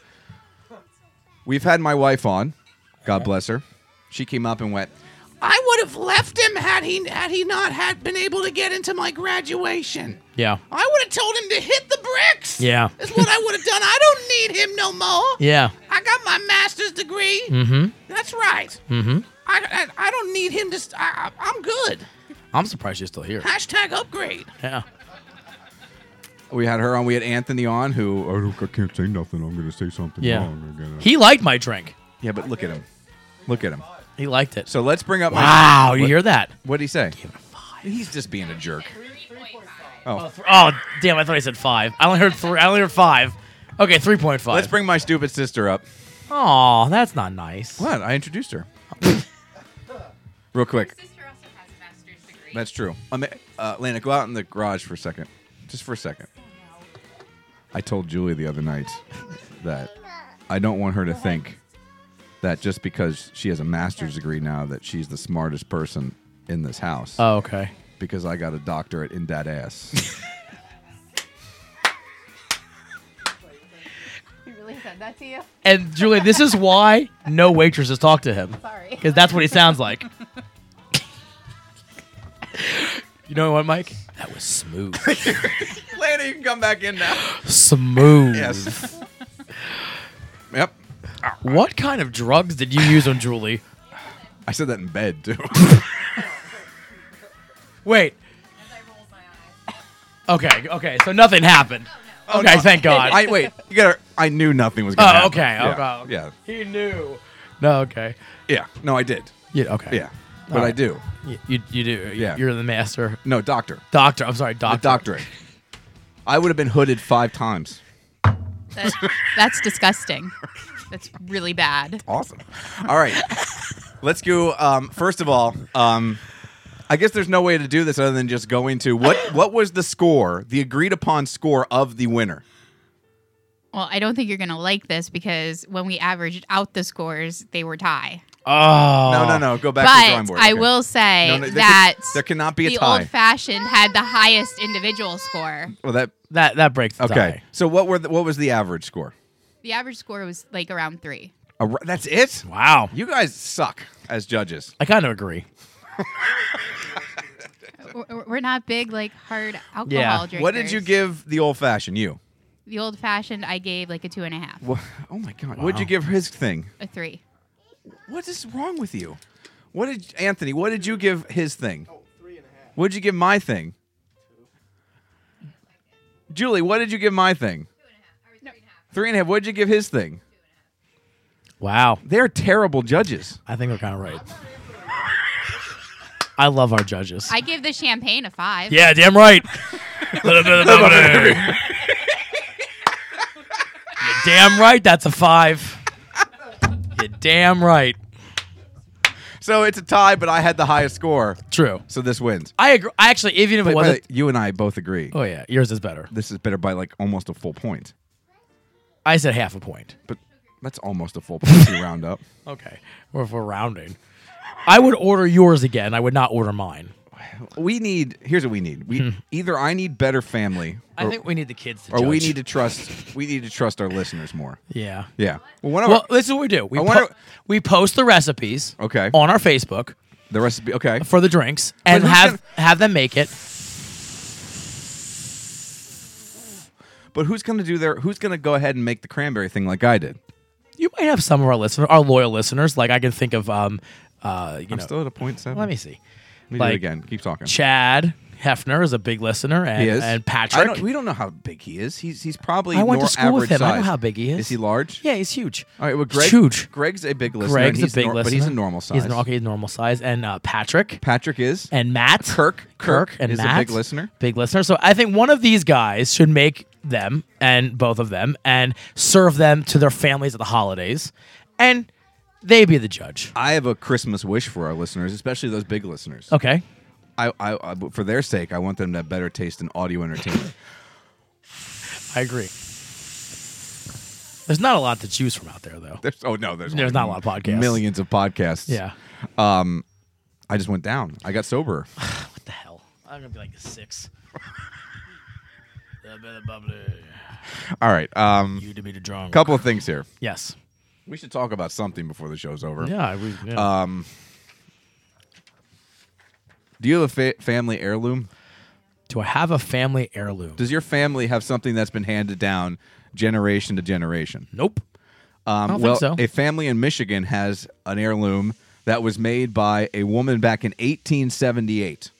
A: We've had my wife on. God bless her. She came up and went, "I would have left him had he had he not had been able to get into my graduation.
B: Yeah.
A: I would have told him to hit the bricks."
B: Yeah.
A: Is what I would have done. I don't need him no more.
B: Yeah.
A: I got my master's degree.
B: Mm-hmm.
A: That's right.
B: Mm-hmm.
A: I, I, I don't need him to. St- I, I, I'm good.
B: I'm surprised you're still here.
A: Hashtag upgrade.
B: Yeah.
A: We had her on. We had Anthony on, who I, don't- I can't say nothing. I'm going to say something
B: Yeah.
A: wrong. again.
B: He liked my drink.
A: yeah, but look at him. Look at him.
B: He liked it.
A: So let's bring up.
B: Wow.
A: My,
B: You
A: what,
B: hear that?
A: What'd he say? He's just being a jerk.
B: Oh damn! I thought he said five. I only heard three. I only heard five. Okay, three point five.
A: Let's bring my stupid sister up.
B: Aw, that's not nice.
A: What? I introduced her. Real quick.
C: sister also has a master's degree.
A: That's true. I mean, uh, Lana, go out in the garage for a second. Just for a second. I told Julie the other night that I don't want her to think that just because she has a master's degree now that she's the smartest person in this house
B: Oh, okay.
A: because I got a doctorate in that ass.
J: You really said that to you?
B: And Julie, this is why no waitresses talk to him
J: Sorry.
B: because that's what he sounds like. you know what, Mike? That was smooth.
A: Lana, you can come back in now.
B: smooth.
A: Yes. yep.
B: What kind of drugs did you use on Julie?
A: I said that in bed too.
B: Wait. Okay. Okay. So nothing happened. okay. Thank God.
A: Oh, I wait. You got. I knew nothing was going to
B: oh,
A: happen.
B: okay.
A: Yeah.
B: okay.
A: Yeah.
B: He knew. No. Okay.
A: Yeah. No, I did.
B: Yeah. Okay.
A: Yeah. But I
B: Alright.
A: do.
B: You, you, you do. You-
A: Yeah.
B: You're the master.
A: No, doctor.
B: Doctor. I'm sorry,
A: A
B: doctor.
A: doctorate. I would have been hooded five times.
I: That- that's disgusting. That's really bad.
A: Awesome. All right. Let's go. Um, first of all, um, I guess there's no way to do this other than just going to what what was the score, the agreed upon score of the winner?
I: Well, I don't think you're going to like this because when we averaged out the scores, they were tie.
B: Oh.
A: No, no, no. Go back to the drawing
I: But
A: board.
I: I
A: Okay.
I: will say
A: No, no, there can-
I: that
A: there cannot be a
I: the
A: tie.
I: old fashioned had the highest individual score.
A: Well, that
B: That that breaks. The
A: okay.
B: tie.
A: So what were the, what was the average score?
I: The average score was like around three.
A: A r- that's it?
B: Wow.
A: You guys suck as judges.
B: I kind of agree.
I: We're we're not big like hard alcohol drinkers.
A: What did you give the old fashioned? You.
I: The old fashioned, I gave like a two and a half,
A: Wha- Oh my God. What'd you give his thing?
I: a three.
A: What is wrong with you? What did Anthony? What did you give his thing? What did you give my thing? Julie, what did you give my thing? Three and a half. What did you give his thing?
B: Wow.
A: They're terrible judges.
B: I think we're kind of right. I love our judges.
I: I give the champagne a five.
B: yeah, damn right. Little bit of bubbly. You're damn right. That's a five. You're damn right.
A: So it's a tie, but I had the highest score.
B: True.
A: So this wins.
B: I agree. I actually, even if
A: But-
B: it
A: but
B: wasn't,
A: you and I both agree.
B: Oh, yeah. Yours is better.
A: This is better by like almost a full point.
B: I said half a point.
A: But that's almost a full point if you round up.
B: Okay. Or if we're rounding, I would order yours again. I would not order mine.
A: We need. Here's what we need.
B: Hmm.
A: We either I need better family.
B: I
A: or-
B: think we need the kids to
A: or we
B: judge.
A: need to trust. We need to trust our listeners more.
B: Yeah.
A: Yeah. Well, one of
B: Well,
A: our,
B: this is what we do. We,
A: I wonder-
B: po- we post the recipes.
A: Okay.
B: On our Facebook
A: the recipe. Okay.
B: for the drinks and
A: who's
B: have have them make it.
A: But who's gonna do their? Who's gonna go ahead and make the cranberry thing like I did?
B: You might have some of our listeners, our loyal listeners. Like I can think of, um, uh, you
A: I'm
B: know,
A: still at a point seven.
B: let me see.
A: Let me do
B: like-
A: it again. Keep talking.
B: Chad Hefner is a big listener, and,
A: he is.
B: and
A: I
B: Patrick.
A: don't, we don't know how big he is. He's he's probably.
B: I went to
A: nor
B: school with
A: average
B: him. I know
A: size.
B: how big he is.
A: Is he large?
B: yeah, he's huge.
A: All right. Well,
B: He's
A: Greg.
B: huge.
A: Greg's a big listener.
B: Greg's
A: and he's
B: a big
A: nor-
B: listener,
A: but he's a normal size.
B: He's, nor- okay, he's normal size, and uh, Patrick
A: Patrick is.
B: and Matt
A: Kirk.
B: Kirk and
A: is
B: Matt,
A: a big listener.
B: Big listener. So I think one of these guys should make them and both of them and serve them to their families at the holidays, and they be the judge.
A: I have a Christmas wish for our listeners, especially those big listeners.
B: Okay.
A: I, I, I, for their sake, I want them to have better taste in audio entertainment.
B: I agree. There's not a lot to choose from out there, though.
A: There's oh no, there's
B: There's
A: only
B: not a lot of podcasts.
A: Millions of podcasts.
B: Yeah.
A: Um, I just went down. I got sober.
B: What the hell? I'm gonna be like a six.
A: All right. Um,
B: You to be the drunk.
A: couple of things here.
B: Yes.
A: We should talk about something before the show's over.
B: Yeah. We, yeah.
A: Um, do you have a fa- family heirloom?
B: Do I have a family heirloom?
A: Does your family have something that's been handed down generation to generation?
B: nope.
A: Um,
B: don't think
A: well,
B: so.
A: a family in Michigan has an heirloom that was made by a woman back in 1878,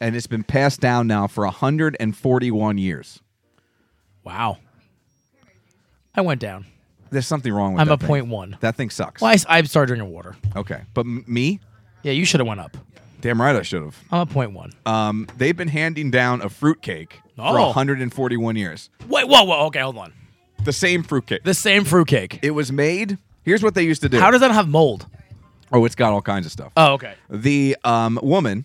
A: and it's been passed down now for 141 years.
B: Wow. I went down.
A: There's something wrong with
B: I'm
A: that
B: a
A: thing.
B: point one.
A: That thing sucks.
B: Well, I, s- I started drinking water.
A: Okay, but m- me,
B: Yeah, you should have went up.
A: damn right I should have.
B: I'm a point one.
A: Um, they've been handing down a fruitcake for
B: Oh.
A: 141 years.
B: Wait, whoa, whoa. Okay, hold on.
A: The same fruitcake.
B: The same fruitcake.
A: It was made. Here's what they used to do.
B: How does that have mold?
A: Oh, it's got all kinds of stuff.
B: Oh, okay.
A: the um, woman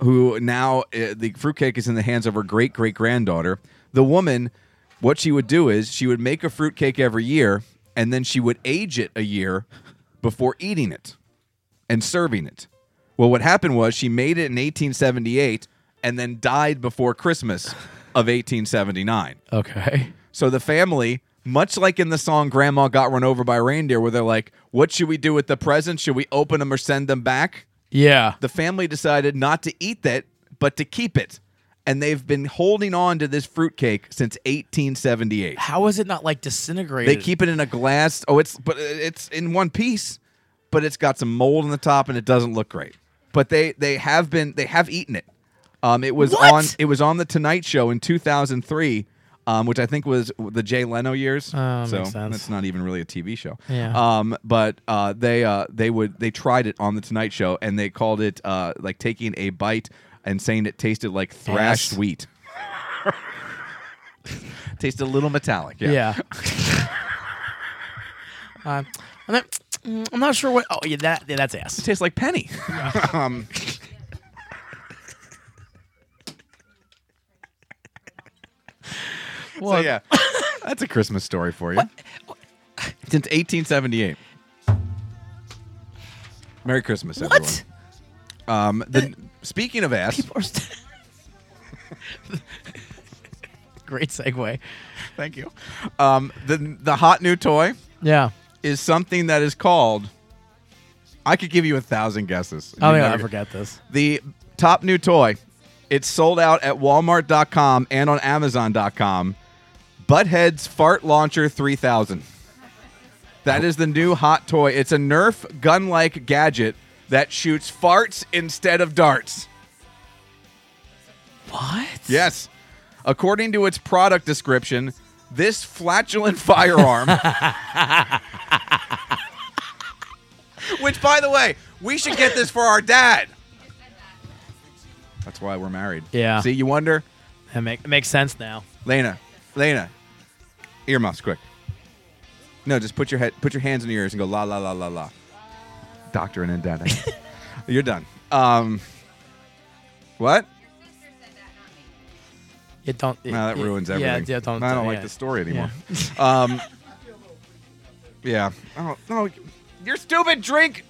A: who now uh, the fruitcake is in the hands of her great great granddaughter. The woman, what she would do is she would make a fruitcake every year, and then she would age it a year before eating it and serving it. Well, what happened was she made it in 1878 and then died before Christmas of 1879.
B: Okay.
A: So the family, much like in the song Grandma Got Run Over by a Reindeer, where they're like, what should we do with the presents? Should we open them or send them back?
B: Yeah.
A: The family decided not to eat that, but to keep it. And they've been holding on to this fruitcake since 1878.
B: How is it not like
A: They
B: disintegrated?
A: keep it in a glass. Oh, it's but it's in one piece, but it's got some mold on the top and it doesn't look great. But they they have been they have eaten it. Um, it was
B: What?
A: on it was on the Tonight Show in 2003, um, which I think was the Jay Leno years.
B: Oh,
A: so
B: makes sense.
A: that's not even really a TV show.
B: Yeah.
A: Um, but uh, they uh, they would they tried it on the Tonight Show and they called it uh, like taking a bite and saying it tasted like thrashed
B: Ass.
A: wheat. Tasted a little metallic.
B: Yeah. um, I'm, not, mm, I'm not sure what. Oh, yeah, that yeah, that's ass.
A: tastes like penny. um, so
B: Well,
A: yeah, that's a Christmas story for you. Since 1878. Merry Christmas, everyone.
B: What?
A: Um, the, speaking of ass,
B: People are. St- Great segue.
A: Thank you. Um, the the hot new toy.
B: Yeah.
A: Is something that is called. I could give you a thousand guesses.
B: Oh,
A: You're
B: yeah, I
A: never-
B: forget this.
A: The top new toy. It's sold out at Walmart.com and on Amazon.com. Butthead's Fart Launcher 3000. That is the new hot toy. It's a Nerf gun like gadget that shoots farts instead of darts.
B: What?
A: Yes. According to its product description, this flatulent firearm, which, by the way, we should get this for our dad. That's why we're married.
B: Yeah.
A: See, you wonder?
B: That make, it makes sense now.
A: Lena, Lena, earmuffs quick. No, just put your head, put your hands in your ears and go la la la la la. Doctor and then dentist. You're done. Um, what?
B: You don't.
A: No, that
B: you-
A: ruins
B: yeah,
A: everything.
B: Yeah, don't.
A: I don't
B: yeah.
A: like the story anymore. um, yeah. I don't, no, your stupid drink.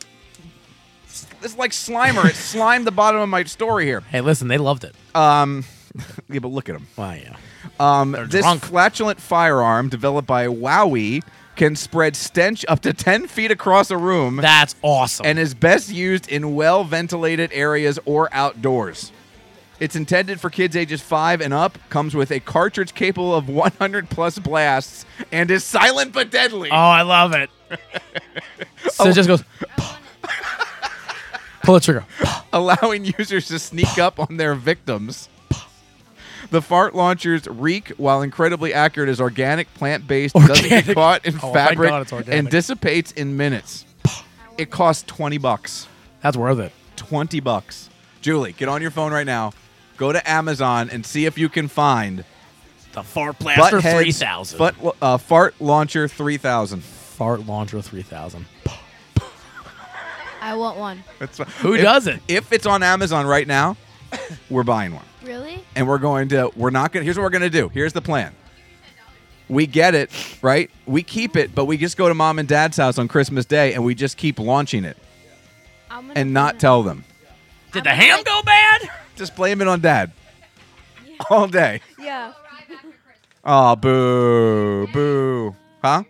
A: It's like Slimer. It slimed the bottom of my story here.
B: Hey, listen, they loved it.
A: Um, yeah, but look at him.
B: Wow, yeah.
A: Um, this
B: drunk.
A: flatulent firearm developed by Wowie can spread stench up to 10 feet across a room.
B: That's awesome.
A: And is best used in well ventilated areas or outdoors. It's intended for kids ages 5 and up, comes with a cartridge capable of 100 plus blasts, and is silent but deadly.
B: Oh, I love it. so it just goes. Pull the trigger.
A: allowing users to sneak up on their victims. The fart launcher's reek, while incredibly accurate, is organic, plant based, doesn't get
B: Organic.
A: caught in
B: Oh, thank
A: fabric,
B: God it's organic.
A: and dissipates in minutes. It costs 20 bucks.
B: That's worth it.
A: 20 bucks. Julie, get on your phone right now. Go to Amazon and see if you can find
B: The fart blaster
A: Butthead's
B: three thousand.
A: Fart, uh, fart Launcher 3000.
B: Fart Launcher 3000.
L: I want one.
A: That's what-
B: Who
A: if-
B: does it?
A: If it's on Amazon right now, we're buying one.
L: Really?
A: and we're going to we're not going to here's what we're going to do here's the plan we get it right we keep it but we just go to mom and dad's house on christmas day and we just keep launching it
L: I'm gonna
A: and not tell them
B: Did the ham go bad?
A: just blame it on dad all day
L: Yeah.
A: oh boo boo huh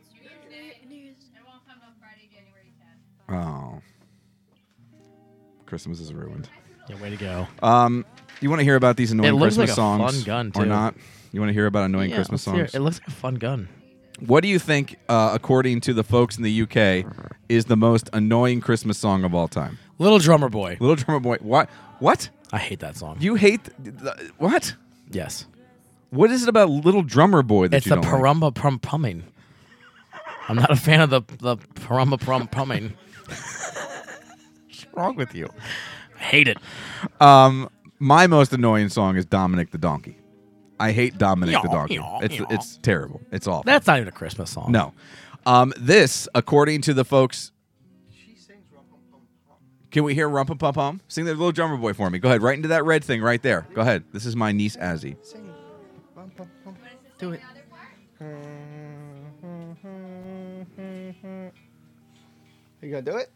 A: oh christmas is ruined
B: Yeah, way to go.
A: um you want to hear about these annoying
B: It looks
A: christmas
B: like a
A: songs
B: fun gun,
A: or
B: too.
A: not you want to hear about annoying
B: Yeah,
A: christmas
B: let's hear
A: songs
B: It It looks like a fun gun.
A: What do you think, uh, according to the folks in the UK, is the most annoying Christmas song of all time?
B: Little Drummer Boy.
A: Little Drummer Boy. What? What?
B: I hate that song.
A: You hate th- th- what?
B: Yes.
A: What is it about Little Drummer Boy that
B: It's
A: you
B: the
A: don't like?
B: parumba prum pumming. I'm not a fan of the the parumba prum pumming.
A: What's wrong with you?
B: I hate it.
A: Um, my most annoying song is Dominic the Donkey. I hate Dominic the
B: Yaw,
A: Donkey.
B: yaw,
A: it's
B: yaw.
A: it's terrible. It's awful.
B: That's not even a Christmas song.
A: No. Um, this, according to the folks. Can we hear Rump Pum Pum Pum? Sing the little drummer boy for me. Go ahead, right into that red thing right there. Go ahead. This is my niece Azzy.
B: Do it.
K: you gonna do it?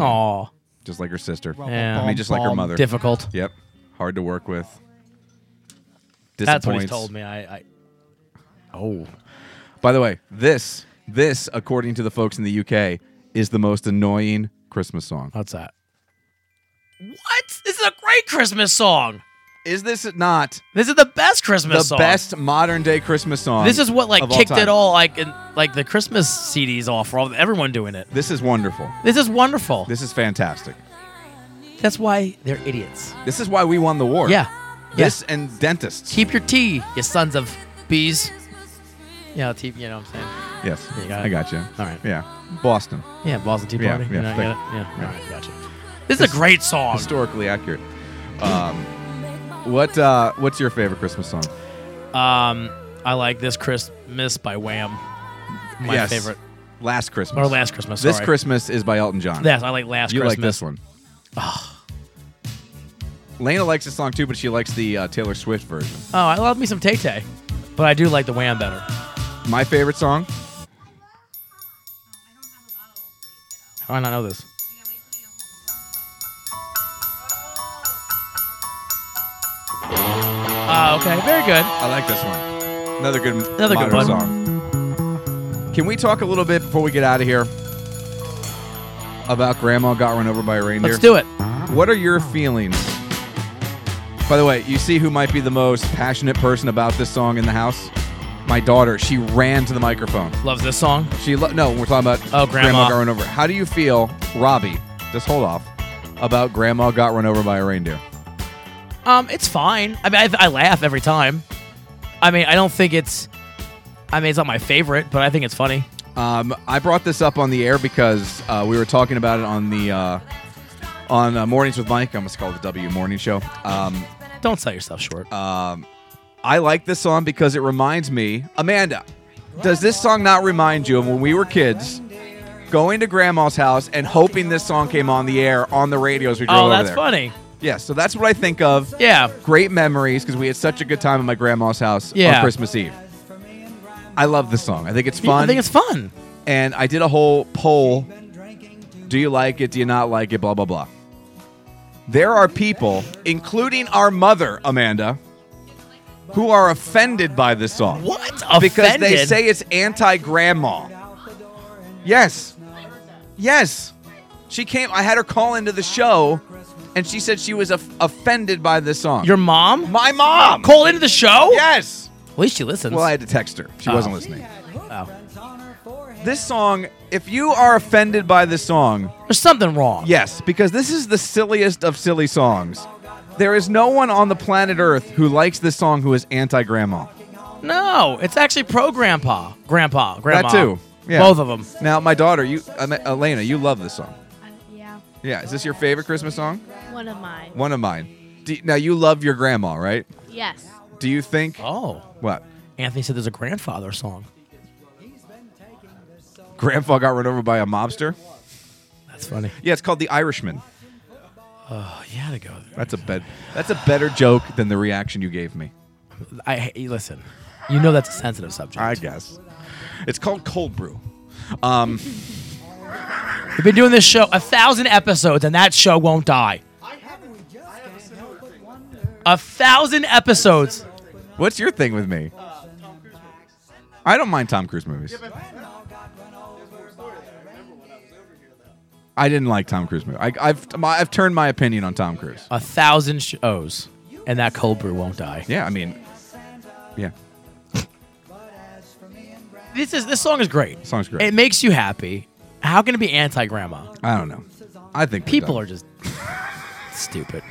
B: Aw.
A: Just like her sister.
B: Yeah.
A: I mean, just like her
B: Pum,
A: mother.
B: difficult.
A: Yep. Hard to work with.
B: That's what he's
A: Disappoints.
B: told me. I, I Oh.
A: By the way, this this according to the folks in the UK is the most annoying Christmas song.
B: What's that? What? This is a great Christmas song.
A: Is this not
B: This is the best Christmas
A: the
B: song.
A: best modern day Christmas song?
B: This is what like
A: of
B: kicked
A: all
B: it
A: time?
B: all like in, like the Christmas CDs off for all, everyone doing it.
A: This is wonderful.
B: This is wonderful.
A: This is fantastic.
B: That's why they're idiots.
A: This is why we won the war.
B: Yeah.
A: This and dentists.
B: Keep your tea, you sons of bees. Yeah, tea, you know what I'm saying.
A: Yes.
B: You got it.
A: I got you.
B: All right.
A: Yeah. Boston.
B: Yeah, Boston Tea
A: Yeah,
B: Party.
A: yeah,
B: you know, you
A: thank-
B: got it? yeah, all right, gotcha. This,
A: This-
B: is a great song.
A: Historically accurate. Um, what uh, What's your favorite Christmas song?
B: Um, I like this Christmas by Wham. My
A: Yes.
B: favorite.
A: Last Christmas.
B: Or Last Christmas,
A: This
B: sorry.
A: Christmas is by Elton John.
B: Yes, I like Last
A: you like
B: Christmas.
A: this one. Lena likes this song too, but she likes the uh, Taylor Swift version.
B: Oh, I love me some Tay Tay, but I do like the Wham better.
A: My favorite song.
B: How do I not know this? Oh, okay, very good. Ah,
A: I like this one. Another good,
B: Another good
A: modern
B: one.
A: song. Can we talk a little bit before we get out of here about Grandma got run over by a reindeer?
B: Let's do it.
A: What are your feelings? By the way, you see who might be the most passionate person about this song in the house? My daughter. She ran to the microphone.
B: Loves this song.
A: She lo- no, we're talking about
B: Oh, Grandma.
A: got run over. How do you feel, Robbie? Just hold off about Grandma got run over by a reindeer.
B: Um, it's fine. I mean, I, I laugh every time. I mean, I don't think it's. I mean, it's not my favorite, but I think it's funny.
A: Um, I brought this up on the air because uh, we were talking about it on the uh, on uh, mornings with Mike. I must call it the W Morning Show. Um,
B: Don't sell yourself short.
A: um, I like this song because it reminds me, Amanda. Does this song not remind you of when we were kids? Going to grandma's house and hoping this song came on the air on the radio as we drove
B: oh,
A: over
B: that's
A: there.
B: funny.
A: Yeah, so that's what I think of.
B: Yeah.
A: Great memories because we had such a good time at my grandma's house
B: Yeah.
A: on Christmas Eve. I love this song. I think it's
B: Yeah,
A: fun.
B: I think it's fun.
A: and I did a whole poll. Do you like it? Do you not like it? Blah, blah, blah. There are people, including our mother, Amanda, who are offended by this song.
B: What?
A: Because they
B: Offended?
A: say it's anti grandma. Yes. Yes. She came, I had her call into the show, and she said she was of- offended by this song.
B: Your mom?
A: My mom!
B: Call into the show?
A: Yes!
B: At least she listens.
A: Well, I had to text her. She
B: Oh.
A: wasn't listening.
B: Oh.
A: This song, if you are offended by this song,
B: There's something wrong.
A: Yes, because this is the silliest of silly songs. There is no one on the planet Earth who likes this song who is anti grandma.
B: No, it's actually pro grandpa. Grandpa. Grandma.
A: That too. Yeah.
B: Both of them.
A: Now, my daughter, you, Am- Elena, you love this song.
L: Yeah,
A: Yeah, is this your favorite Christmas song?
L: one of mine.
A: One of mine. Do, now, you love your grandma, right?
L: Yes.
A: Do you think?
B: Oh.
A: What?
B: Anthony said there's a grandfather song.
A: Grandpa got run over by a mobster?
B: That's funny.
A: Yeah, it's called The Irishman.
B: Oh, you had to go.
A: That's a bed. That's a better joke than the reaction you gave me.
B: I hey, listen. You know that's a sensitive subject.
A: I guess. It's called cold brew. Um,
B: We've been doing this show a thousand episodes, and that show won't die. A thousand episodes.
A: What's your thing with me? I don't mind Tom Cruise movies. I didn't like Tom Cruise movies. I, I've my, I've turned my opinion on Tom Cruise.
B: A thousand shows, and that cold brew won't die.
A: Yeah, I mean, yeah,
B: This is this song is great.
A: song's great.
B: It makes you happy. How can it be anti grandma?
A: I don't know. I think we're
B: People
A: done.
B: are just stupid.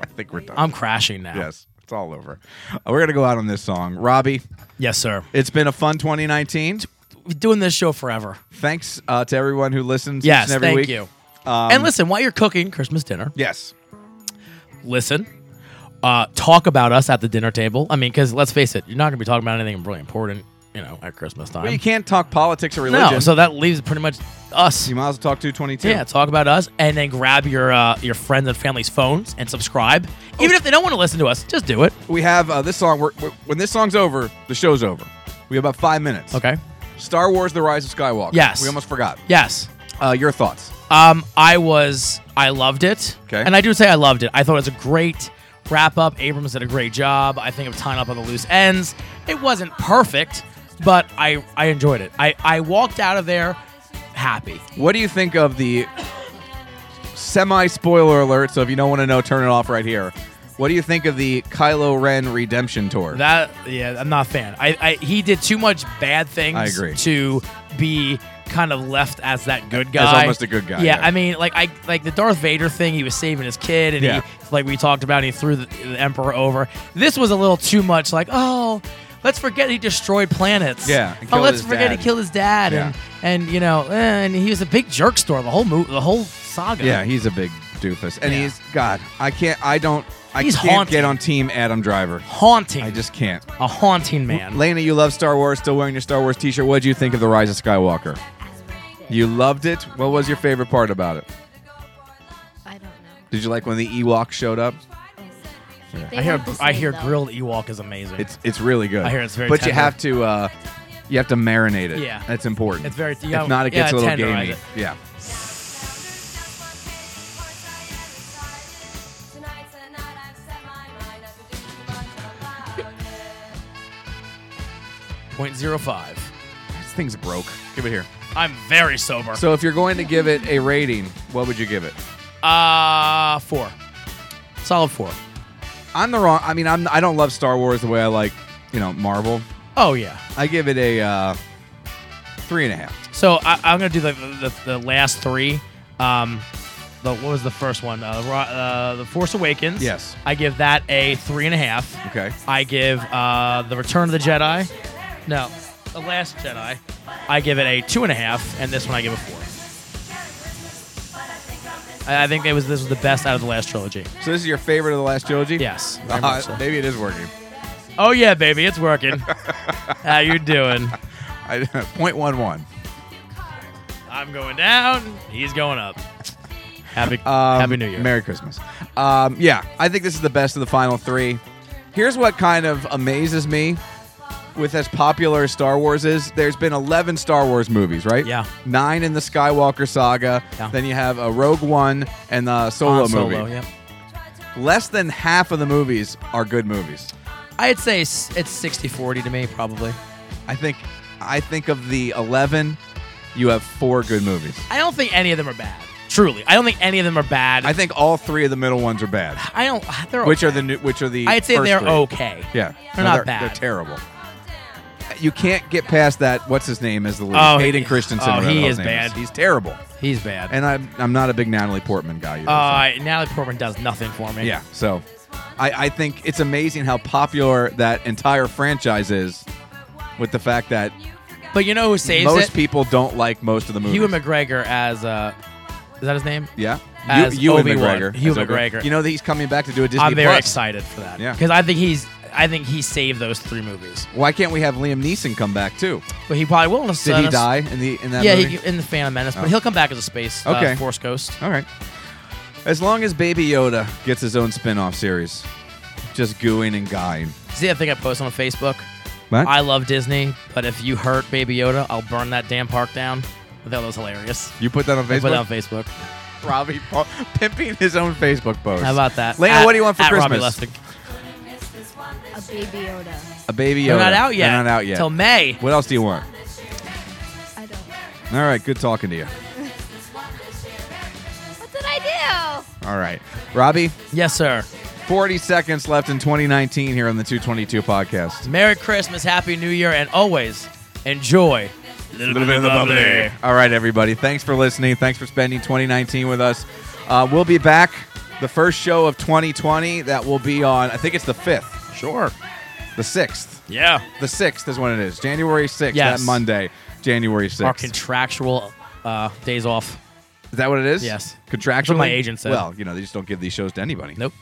A: I think we're done.
B: I'm crashing now.
A: yes, it's all over. Uh, We're gonna go out on this song, Robbie.
B: Yes, sir.
A: It's been a fun 2019.
B: We're doing this show forever.
A: Thanks uh, to everyone who listens. each
B: Yes,
A: and every
B: thank
A: week.
B: you.
A: Um,
B: and listen, while you're cooking Christmas dinner,
A: Yes.
B: listen, uh, talk about us at the dinner table. I mean, because let's face it, you're not going to be talking about anything really important, you know, at Christmas time.
A: Well, you can't talk politics or religion.
B: no, so that leaves pretty much us.
A: you might as well talk 222.
B: Yeah, talk about us, and then grab your uh, your friends and family's phones and subscribe.
A: Oh.
B: Even if they don't want to listen to us, just do it.
A: we have uh, this song. We're, we when this song's over, the show's over. We have about five minutes.
B: Okay.
A: Star Wars: The Rise of Skywalker.
B: Yes.
A: We almost forgot.
B: Yes.
A: Uh, your thoughts?
B: Um, I was, I loved it.
A: Okay.
B: And I do say I loved it. I thought it was a great wrap up. Abrams did a great job. I think of tying up on the loose ends. It wasn't perfect, but I, I enjoyed it. I, I walked out of there happy.
A: What do you think of the semi spoiler alert? So if you don't want to know, turn it off right here. What do you think of the Kylo Ren redemption tour?
B: That, yeah, I'm not a fan. I, I he did too much bad things
A: I agree.
B: to be kind of left as that good guy.
A: As almost a good guy,
B: Yeah,
A: yeah.
B: I mean, like I like the Darth Vader thing. He was saving his kid, and
A: Yeah.
B: he, like we talked about, he threw the, the Emperor over. This was a little too much. Like, oh, let's forget he destroyed planets.
A: Yeah, and
B: Oh,
A: killed
B: let's
A: his
B: forget
A: dad.
B: he killed his dad, and and you know, eh, and he was a big jerk store. The whole mo- the whole saga.
A: yeah, he's a big doofus, and
B: Yeah.
A: he's God. I can't. I don't. I
B: He's
A: can't
B: haunting.
A: get on Team Adam Driver.
B: haunting.
A: I just can't.
B: a haunting man.
A: Lena, you love Star Wars, still wearing your Star Wars t shirt. What do you think of The Rise of Skywalker? You loved it. What was your favorite part about it?
L: I don't know.
A: Did you like when the Ewoks showed up?
L: They
B: I hear
L: weren't the
B: I
L: same,
B: hear
L: though.
B: grilled Ewok is amazing.
A: It's it's really good.
B: I hear it's very
A: But you
B: tender.
A: have to uh, you have to marinate it.
B: Yeah.
A: that's important.
B: It's very- you
A: If
B: gotta-
A: not, it
B: yeah,
A: gets a little
B: tenderize
A: gamey.
B: it.
A: Yeah.
B: 0.05.
A: This thing's broke. Give it here.
B: I'm very sober.
A: So if you're going to give it a rating, what would you give it?
B: uh four. Solid four.
A: I'm the wrong. I mean, I'm. I don't love Star Wars the way I like, you know, Marvel.
B: Oh yeah.
A: I give it a uh, three and a half.
B: So I, I'm gonna do the, the the last three. Um, the what was the first one? Uh, Ro- uh, the Force Awakens.
A: Yes.
B: I give that a three and a half.
A: Okay.
B: I give uh, the Return of the Jedi. No, the Last Jedi. I give it a two and a half, and this one I give a four. I, I think it was this was the best out of the last trilogy.
A: So this is your favorite of the last trilogy?
B: Yes. very
A: Uh,
B: much so.
A: maybe it is working.
B: Oh yeah, baby, it's working. How you doing?
A: I, point one one.
B: I'm going down. He's going up. Happy
A: Um,
B: Happy New Year.
A: Merry Christmas. Um, yeah, I think this is the best of the final three. Here's what kind of amazes me with as popular as Star Wars is there's been 11 Star Wars movies, right?
B: Yeah.
A: Nine in the Skywalker saga.
B: Yeah.
A: Then you have a Rogue One and the Solo,
B: Han Solo,
A: movie.
B: yep.
A: Less than half of the movies are good movies.
B: I'd say s- it's 60 40 to me, probably.
A: I think I think of the 11, you have four good movies.
B: I don't think any of them are bad. Truly, I don't think any of them are bad.
A: I think all three of the middle ones are bad.
B: I don't. They're
A: Which
B: okay.
A: are the new, which are the
B: I'd say
A: first
B: they're
A: three.
B: okay.
A: Yeah,
B: They're
A: No,
B: not
A: they're,
B: bad.
A: They're terrible. You can't get past that. What's his name as the lead?
B: Oh,
A: Hayden
B: he-
A: Christensen.
B: oh,
A: whatever
B: he
A: his
B: is
A: name
B: bad.
A: He's terrible.
B: He's bad.
A: And I'm I'm not a big Natalie Portman guy. Either, so-
B: Uh, Natalie Portman does nothing for me.
A: Yeah, so I, I think it's amazing how popular that entire franchise is, with the fact that
B: But you know who saves
A: most
B: it?
A: people don't like most of the movies.
B: Hugh McGregor as uh, is that his name?
A: yeah,
B: As
A: you and
B: Obi-Wan.
A: McGregor.
B: Hugh
A: as Obi-
B: McGregor.
A: You know that he's coming back to do a Disney.
B: I'm very
A: Plus.
B: excited for that.
A: Yeah.
B: Because I think he's. I think he saved those three movies.
A: Why can't we have Liam Neeson come back too?
B: But he probably will. in a-
A: Did
B: in
A: he
B: a-
A: die in the in that?
B: yeah,
A: movie?
B: he, in the Phantom Menace,
A: Oh.
B: but he'll come back as a space uh,
A: Okay.
B: Force Ghost.
A: All right. As long as Baby Yoda gets his own spin-off series, just gooing and guying.
B: See that thing I posted on Facebook?
A: What?
B: I love Disney, but if you hurt Baby Yoda, I'll burn that damn park down. That was hilarious.
A: You put that on
B: I put that
A: Facebook?
B: on Facebook.
A: Robbie Paul, pimping his own Facebook post.
B: How about that?
A: Lena,
B: At-
A: what do you want for
B: at Robbie
A: Christmas?
B: Lustig.
L: A baby Yoda.
A: A Baby Yoda.
B: They're not out yet.
A: They're not out yet.
B: Till May.
A: What else do you want?
L: I don't.
A: All right. Good talking to you.
L: What did I
A: All right. Robbie,
B: Yes, sir.
A: 40 seconds left in 2019 here on the 222 podcast.
B: Merry Christmas, Happy New Year, and always enjoy. Little,
A: All right, everybody. Thanks for listening. Thanks for spending 2019 with us. Uh, we'll be back. The first show of 2020 that will be on, I think it's the 5th.
B: Sure.
A: The 6th.
B: Yeah.
A: The 6th is when it is. January 6th,
B: Yes.
A: that Monday, January 6th.
B: Our contractual uh, days off.
A: Is that what it is?
B: Yes.
A: Contractually?
B: my agent said.
A: Well, you know, they just don't give these shows to anybody.
B: Nope.